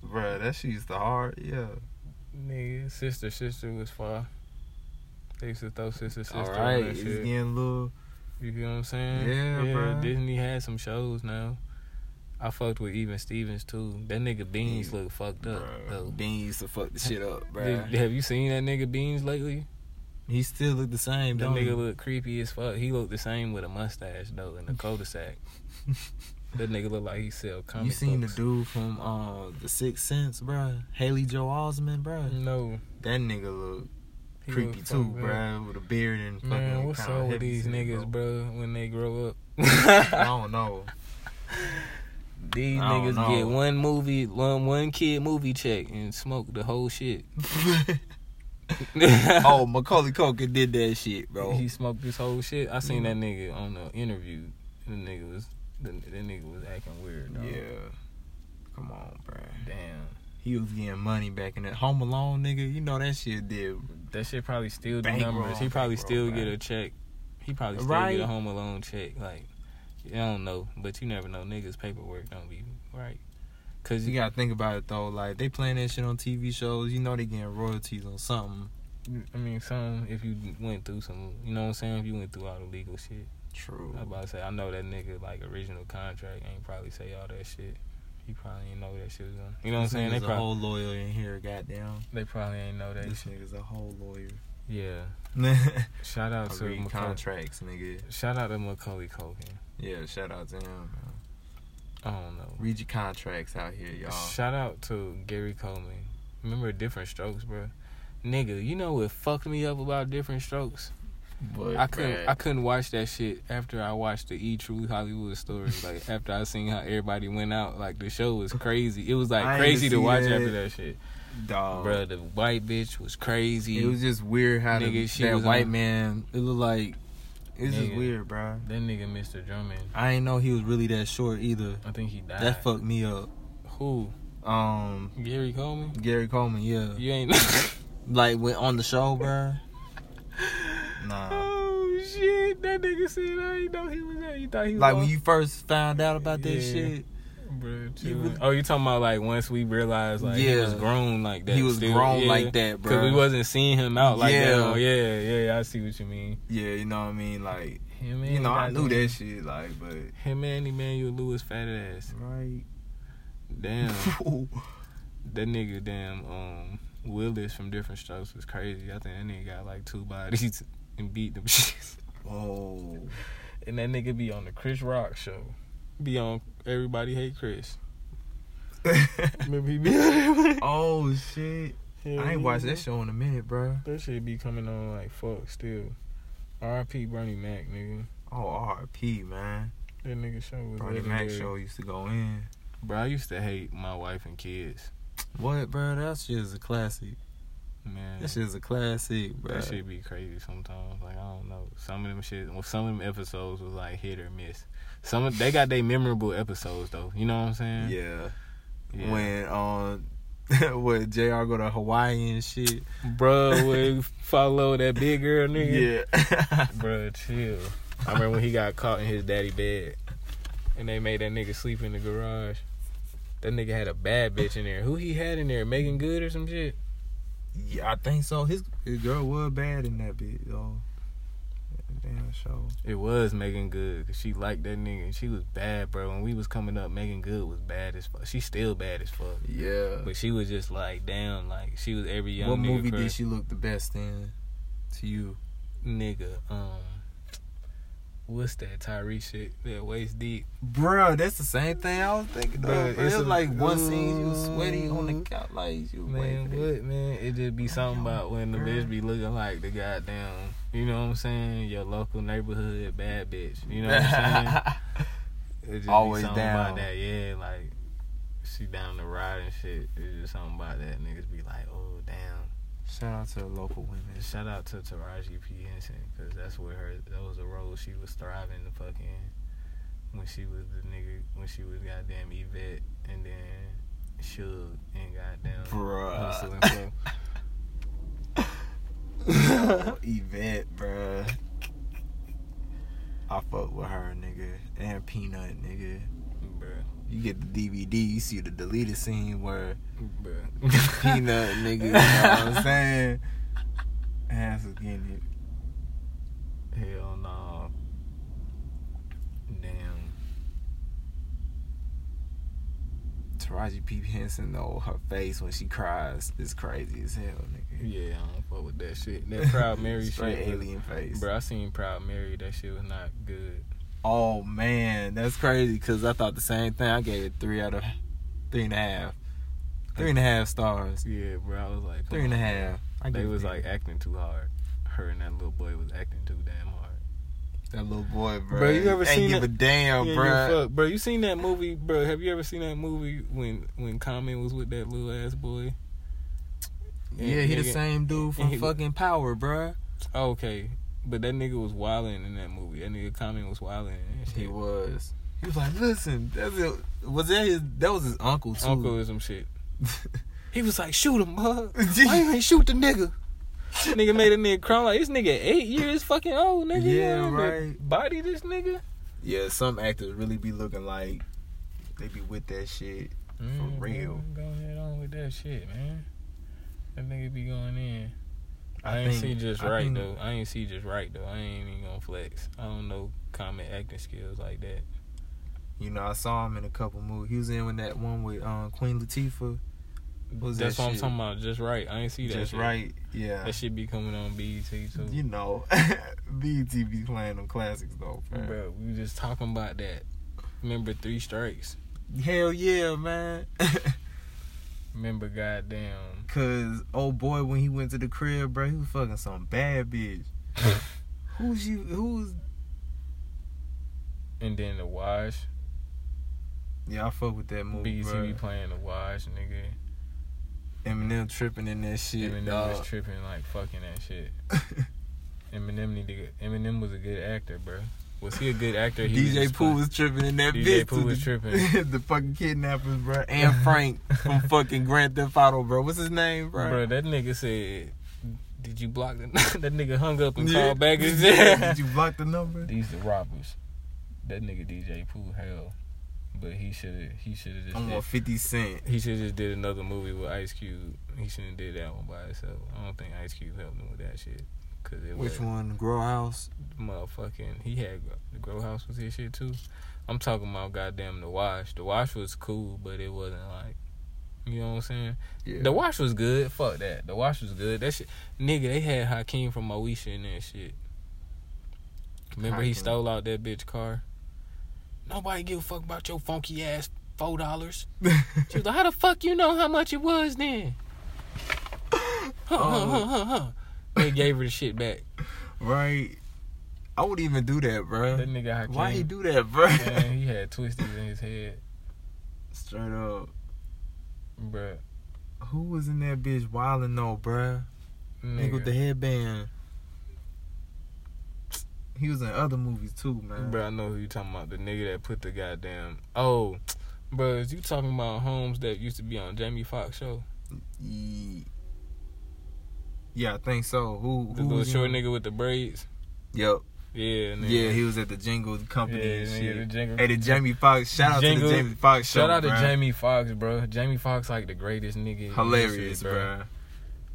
Bruh, that shit used to hard, yeah. Nigga, Sister Sister was far. They used to throw Sister Sister. All on right, that it's shit. getting a little. You feel what I'm saying? Yeah, bruh. Disney had some shows now. I fucked with even Stevens too. That nigga Beans Yeah. look fucked up Bruh, though. Bean used to fuck the shit up, bruh. Did- have you seen that nigga Beans lately? He still look the same, That don't nigga he? look creepy as fuck. He looked the same with a mustache though in the cul-de-sac. That nigga look like he sell comic You seen the books. dude from uh, The Sixth Sense, bruh? Haley Joe Osment, bruh? No. That nigga look Mm-hmm. He creepy was too, fucked up. bruh, with a beard and fucking. Man, what's kinda up with heavy these set, niggas, bro, bro? when they grow up? I don't know. These I don't niggas get know. one movie, one one kid movie check and smoke the whole shit. oh, Macaulay Culkin did that shit, bro. Mm-hmm. He smoked this whole shit. I seen that nigga on the interview. The nigga was the, the nigga was acting weird. Dog. yeah. Come on, bruh. Damn. He was getting money back in that Home Alone, nigga. You know that shit did. That shit probably still do Bankroll, numbers. He probably bankroll, still get man. a check. He probably still Right. get a home alone check. Like I don't know, but you never know. Niggas paperwork don't be right. Cause You gotta think about it though. Like they playing that shit on TV shows. You know they getting royalties on something. I mean, some if you went through some, you know what I'm saying. If you went through all the legal shit, True. I about to say I know that nigga like original contract ain't probably say all that shit. He probably ain't know that shit was on. You know what I'm saying? They There's a probably whole lawyer in here. Goddamn. they probably ain't know that This shit. nigga's a whole lawyer. Yeah. Shout out I to read Macaulay. contracts, nigga. Shout out to Macaulay Culkin. Yeah, shout out to him. Man. I don't know. Read your contracts out here, y'all. Shout out to Gary Coleman. Remember Different Strokes, bro. Nigga, you know what fucked me up about Different Strokes? But, I couldn't bruh, I couldn't watch that shit after I watched the E True Hollywood story. like after I seen how everybody went out, like the show was crazy. It was like I ain't crazy to see watch that. after that shit. dog. Bruh, the white bitch was crazy. It was just weird how the, Nigga, she that was white on- man. It looked like it's just Nigga. weird, bruh. that nigga Mr. Drummond. I ain't know he was really that short either. I think he died. That fucked me up. Who? Um, Gary Coleman? Gary Coleman, yeah. You ain't Like went on the show, bruh. Nah. Oh shit. That nigga said I ain't know he was there. You thought he was Like off? when you first found out about that Yeah. shit, Bro, You was- oh, you talking about like once we realized like he Yeah. was grown like that. he was still, grown yeah. like that, Cause we bruh. wasn't seeing him out like that. Yeah. Oh, yeah, yeah, I see what you mean. yeah, you know what I mean. Like Him and you know, I knew goddamn- that shit. Like, but Him and Emmanuel Lewis fat ass. right. Damn, that nigga, damn, um, Willis from Different Strokes was crazy. I think that nigga got like two bodies and beat them shits. Whoa. And that nigga be on the Chris Rock show. Be on Everybody Hate Chris. Remember he be oh shit! I ain't watched that show in a minute, bruh. That shit be coming on like fuck still. R.I.P. Bernie Mac, nigga. Oh, R.P. Man, That nigga show was Bernie Mac legendary. show used to go in. Bro, I used to hate my wife and kids. What, bruh? That shit is a classic. Man, That shit is a classic, bruh. that shit be crazy sometimes. Like I don't know. Some of them shit, well, some of them episodes was like hit or miss. Some of, they got their memorable episodes though. You know what I'm saying? Yeah. Yeah. When um, what Jr. go to Hawaii and shit. bro, we follow that big girl nigga. Yeah. Bro, chill. I remember when he got caught in his daddy bed, and they made that nigga sleep in the garage. That nigga had a bad bitch in there. Who he had in there? Megan Good or some shit? yeah, I think so. His, his girl was bad in that bit though. That Damn show. It was Megan Good. 'cause she liked that nigga. and She was bad, bro. When we was coming up, Megan Good was bad as fuck. She's still bad as fuck. Yeah. But she was just like, damn, like she was every young what nigga movie did crush. she look the best in? To you, nigga. Um, what's that Tyree shit? That waist deep. bro? That's the same thing I was thinking. Bruh, Of, bro. it's It was a- like one scene you was sweaty on Ooh. the couch, like you Man, waiting for this. what man? It just be something about when the bitch be looking like the goddamn, you know what I'm saying? Your local neighborhood bad bitch. You know what I'm saying? It just Always be something about down. that, yeah. Like she down the ride and shit. It's just something about that. Niggas be like, oh damn. Shout out to the local women. Shout out to Taraji P Henson because that's where her that was a role she was thriving the fucking when she was the nigga when she was goddamn Yvette and then Suge and goddamn Hustle and Flow. Yo, Yvette, bruh. I fuck with her, nigga. And Peanut, nigga. Bruh. You get the DVD, you see the deleted scene where Bruh. Peanut, nigga, you know what I'm saying? Ass is getting Hell no. Damn. it. Taraji P. Henson, though, her face when she cries is crazy as hell, nigga. Yeah, I don't fuck with that shit. That Proud Mary Straight shit. was- alien face. Bro, I seen Proud Mary. That shit was not good. Oh man, that's crazy. Cause I thought the same thing. I gave it three out of three and a half, three and a half stars. Yeah, bro. I was like come Three and a on, bro. half. I They give it was three. like acting too hard. Her and that little boy was acting too damn hard. that little boy, bro. Bro, you ever ain't seen give that- a damn, Yeah, you bro? fuck. Bro, you seen that movie, bro? Have you ever seen that movie when when Common was with that little ass boy? And Yeah, he the nigga- same dude from he- fucking Power, bro. Okay, but that nigga was wilding in that movie. That nigga Common was wilding. And shit. He was. He was like, listen, that's it. Was that his? That was his uncle too. uncle is some shit. He was like, shoot him, uh, huh? Why you ain't shoot the nigga? nigga made a nigga cry like this nigga eight years fucking old nigga. You Yeah, ain't gonna right. Body this nigga. yeah, some actors really be looking like they be with that shit. Mm, real. man, Go ahead on with that shit, man. That nigga be going in. I, I ain't think- see just I right think- though. I ain't see just right though. I ain't even gonna flex. I don't know common acting skills like that. You know, I saw him in a couple movies. He was in with that one with um, Queen Latifah. What was That's that what I'm shit? talking about. Just right. I ain't see that. Just shit. right, yeah. That shit be coming on BET too. You know, BET be playing them classics though, fam. Bro, we was just talking about that. Remember three strikes. Hell yeah, man. Remember goddamn. Cause old boy, when he went to the crib, bro, he was fucking some bad bitch. who's you? Who's? And then the wash. Yeah, I fuck with that movie, BET be bro. playing the wash, nigga. Eminem tripping in that shit. Eminem dog. was tripping like fucking that shit. Eminem need to get, Eminem was a good actor, bro. Was he a good actor? He DJ just Pooh playing- was tripping in that DJ bitch. Pooh to was the, tripping. the fucking kidnappers, bro. And Frank from fucking Grand Theft Auto, bro. What's his name, bro? Bro, that nigga said, "Did you block the?" that nigga hung up and Yeah. called back and Did you said, block the number? "These the robbers." That nigga DJ Pooh hell, but he should have. He should have just. I'm on did- 50 Cent. he should have just did another movie with Ice Cube. He shouldn't did that one by himself. I don't think Ice Cube helped him with that shit. Cause it was Which one? Grow House? motherfucking he had the grow house was his shit too. I'm talking about goddamn the wash. The wash was cool, but it wasn't like you know what I'm saying. Yeah. The wash was good. Fuck that. The wash was good. That shit, nigga. They had Hakeem from Moesha in that shit. Remember he Hakeem. stole out that bitch car. Nobody give a fuck about your funky ass four dollars. She was like, how the fuck you know how much it was then? Huh, huh, huh, huh, huh. Um, They gave her the shit back. right. I would even do that, bro. That nigga Hakeem. Why he do that, bro? Man, he had twisties in his head, Straight up. bruh. Who was in that bitch wildin' though, bro? Nigga with the Nigga. headband. He was in other movies too, man. Bro, I know who you talking about. The nigga that put the goddamn. Oh, bro, is you talking about Holmes that used to be on Jamie Foxx show? Ye- Yeah, I think so. Who? The who little was short in- nigga with the braids. Yep. Yeah, nigga. Yeah, he was at the Jingle Company Yeah, and nigga, shit. the Jingle- Hey, the Jamie Foxx. Shout out Jingle- to the Jamie Foxx show. Shout out to bruh. Jamie Foxx, bro. Jamie Foxx like the greatest nigga. in Hilarious, history, bro.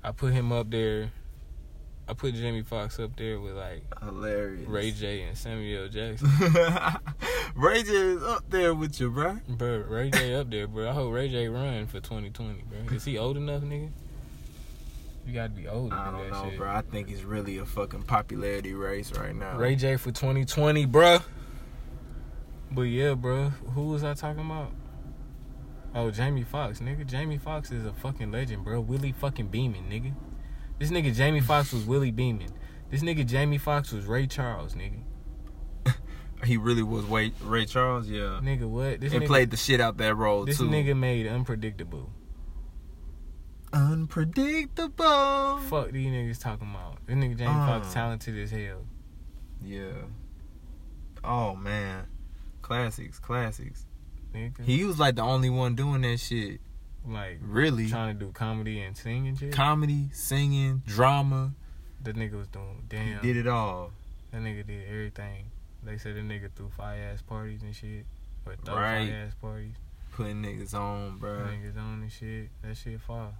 I put him up there. I put Jamie Foxx up there with like Hilarious. Ray J and Samuel Jackson. Ray J is up there with you, bro. Bro, Ray J up there, bro. I hope Ray J run for 2020, bro. Is he old enough, nigga? You gotta be old to I do that don't know, shit. bro. I think it's really a fucking popularity race right now. Ray J for 2020, bro. But yeah, bro. Who was I talking about? Oh, Jamie Foxx, nigga. Jamie Foxx is a fucking legend, bro. Willie fucking Beeman, nigga. This nigga Jamie Foxx was Willie Beeman. This nigga Jamie Foxx was Ray Charles, nigga. He really was Ray, Ray Charles, yeah. Nigga, what? This And nigga, played the shit out that role this too. nigga made unpredictable. Unpredictable. Fuck these niggas talking about. This nigga Jamie Uh. Foxx talented as hell. Yeah. Oh man. Classics, classics. Nigga. He was like the only one doing that shit. like Really. trying to do comedy and singing shit. Comedy, singing, drama. the nigga was doing He damn. did it all. That nigga did everything. They said the nigga threw fire ass parties and shit, or throw Right. fire ass parties. Putting niggas on, bro. Niggas on and shit. That shit fire.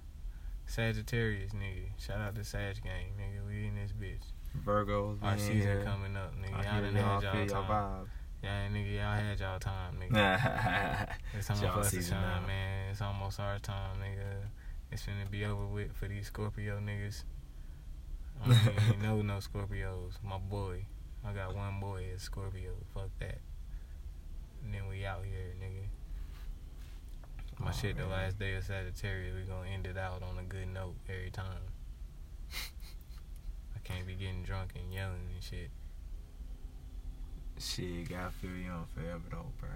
Sagittarius nigga, shout out to Sag Gang nigga. We in this bitch. Virgos. Our man. season coming up, nigga. I Y'all hear done y'all, had I feel y'all y'all time. vibe. Y'all ain't nigga, y'all had y'all time, nigga. It's time Y'all for us to season shine, now. man. It's almost our time, nigga. It's finna be over with for these Scorpio niggas. I don't even know no Scorpios, my boy. I got one boy is Scorpio. Fuck that. And then we out here, nigga. My Aw, shit, the Oh, man. last day of Sagittarius, we gonna end it out on a good note every time. I can't be getting drunk and yelling and shit. Shit, gotta feel young forever though, bro.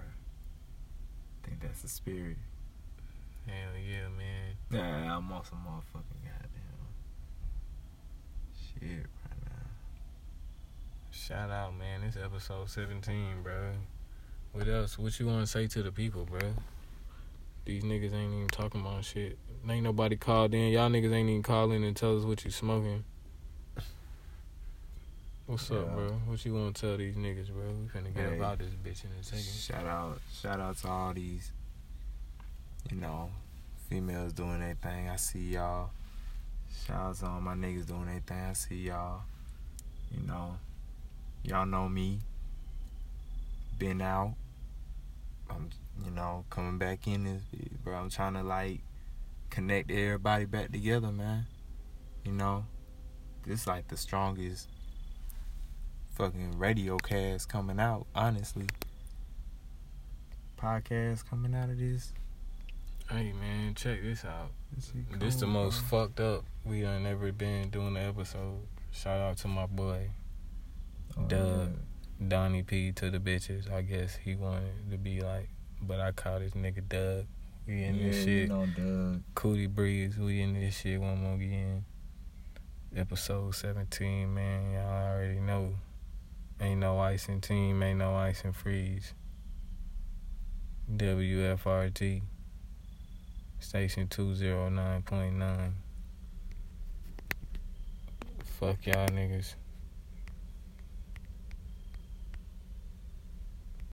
think that's the spirit. Hell yeah, man. Nah, I'm also motherfucking goddamn. Shit, right now. Shout out, man. This episode 17, bro. What else? What you want to say to the people, bro? These niggas ain't even talking about shit. Ain't nobody called in. Y'all niggas ain't even calling and tell us what you smoking. What's up, Yeah. bro? What you want to tell these niggas, bro? We finna get Hey. about this bitch in a second. Shout out, shout out to all these, you know, females doing their thing. I see y'all. Shout out to all my niggas doing their thing. I see y'all. You know, y'all know me. Been out. I'm, you know, coming back in this, bit, bro. I'm trying to like connect everybody back together, man. You know, this like the strongest fucking radio cast coming out, honestly podcast coming out of this. Hey, man, check this out. This, This the most fucked up we done ever been doing the episode. Shout out to my boy. Doug. Donnie P to the bitches. I guess he wanted to be like, but I call this nigga Doug. We in this shit. Cootie Breeze, we in this shit one more again. Episode 17, man. Y'all already know. Ain't no icing team, ain't no icing freeze. WFRT, station 209.9. Fuck y'all niggas.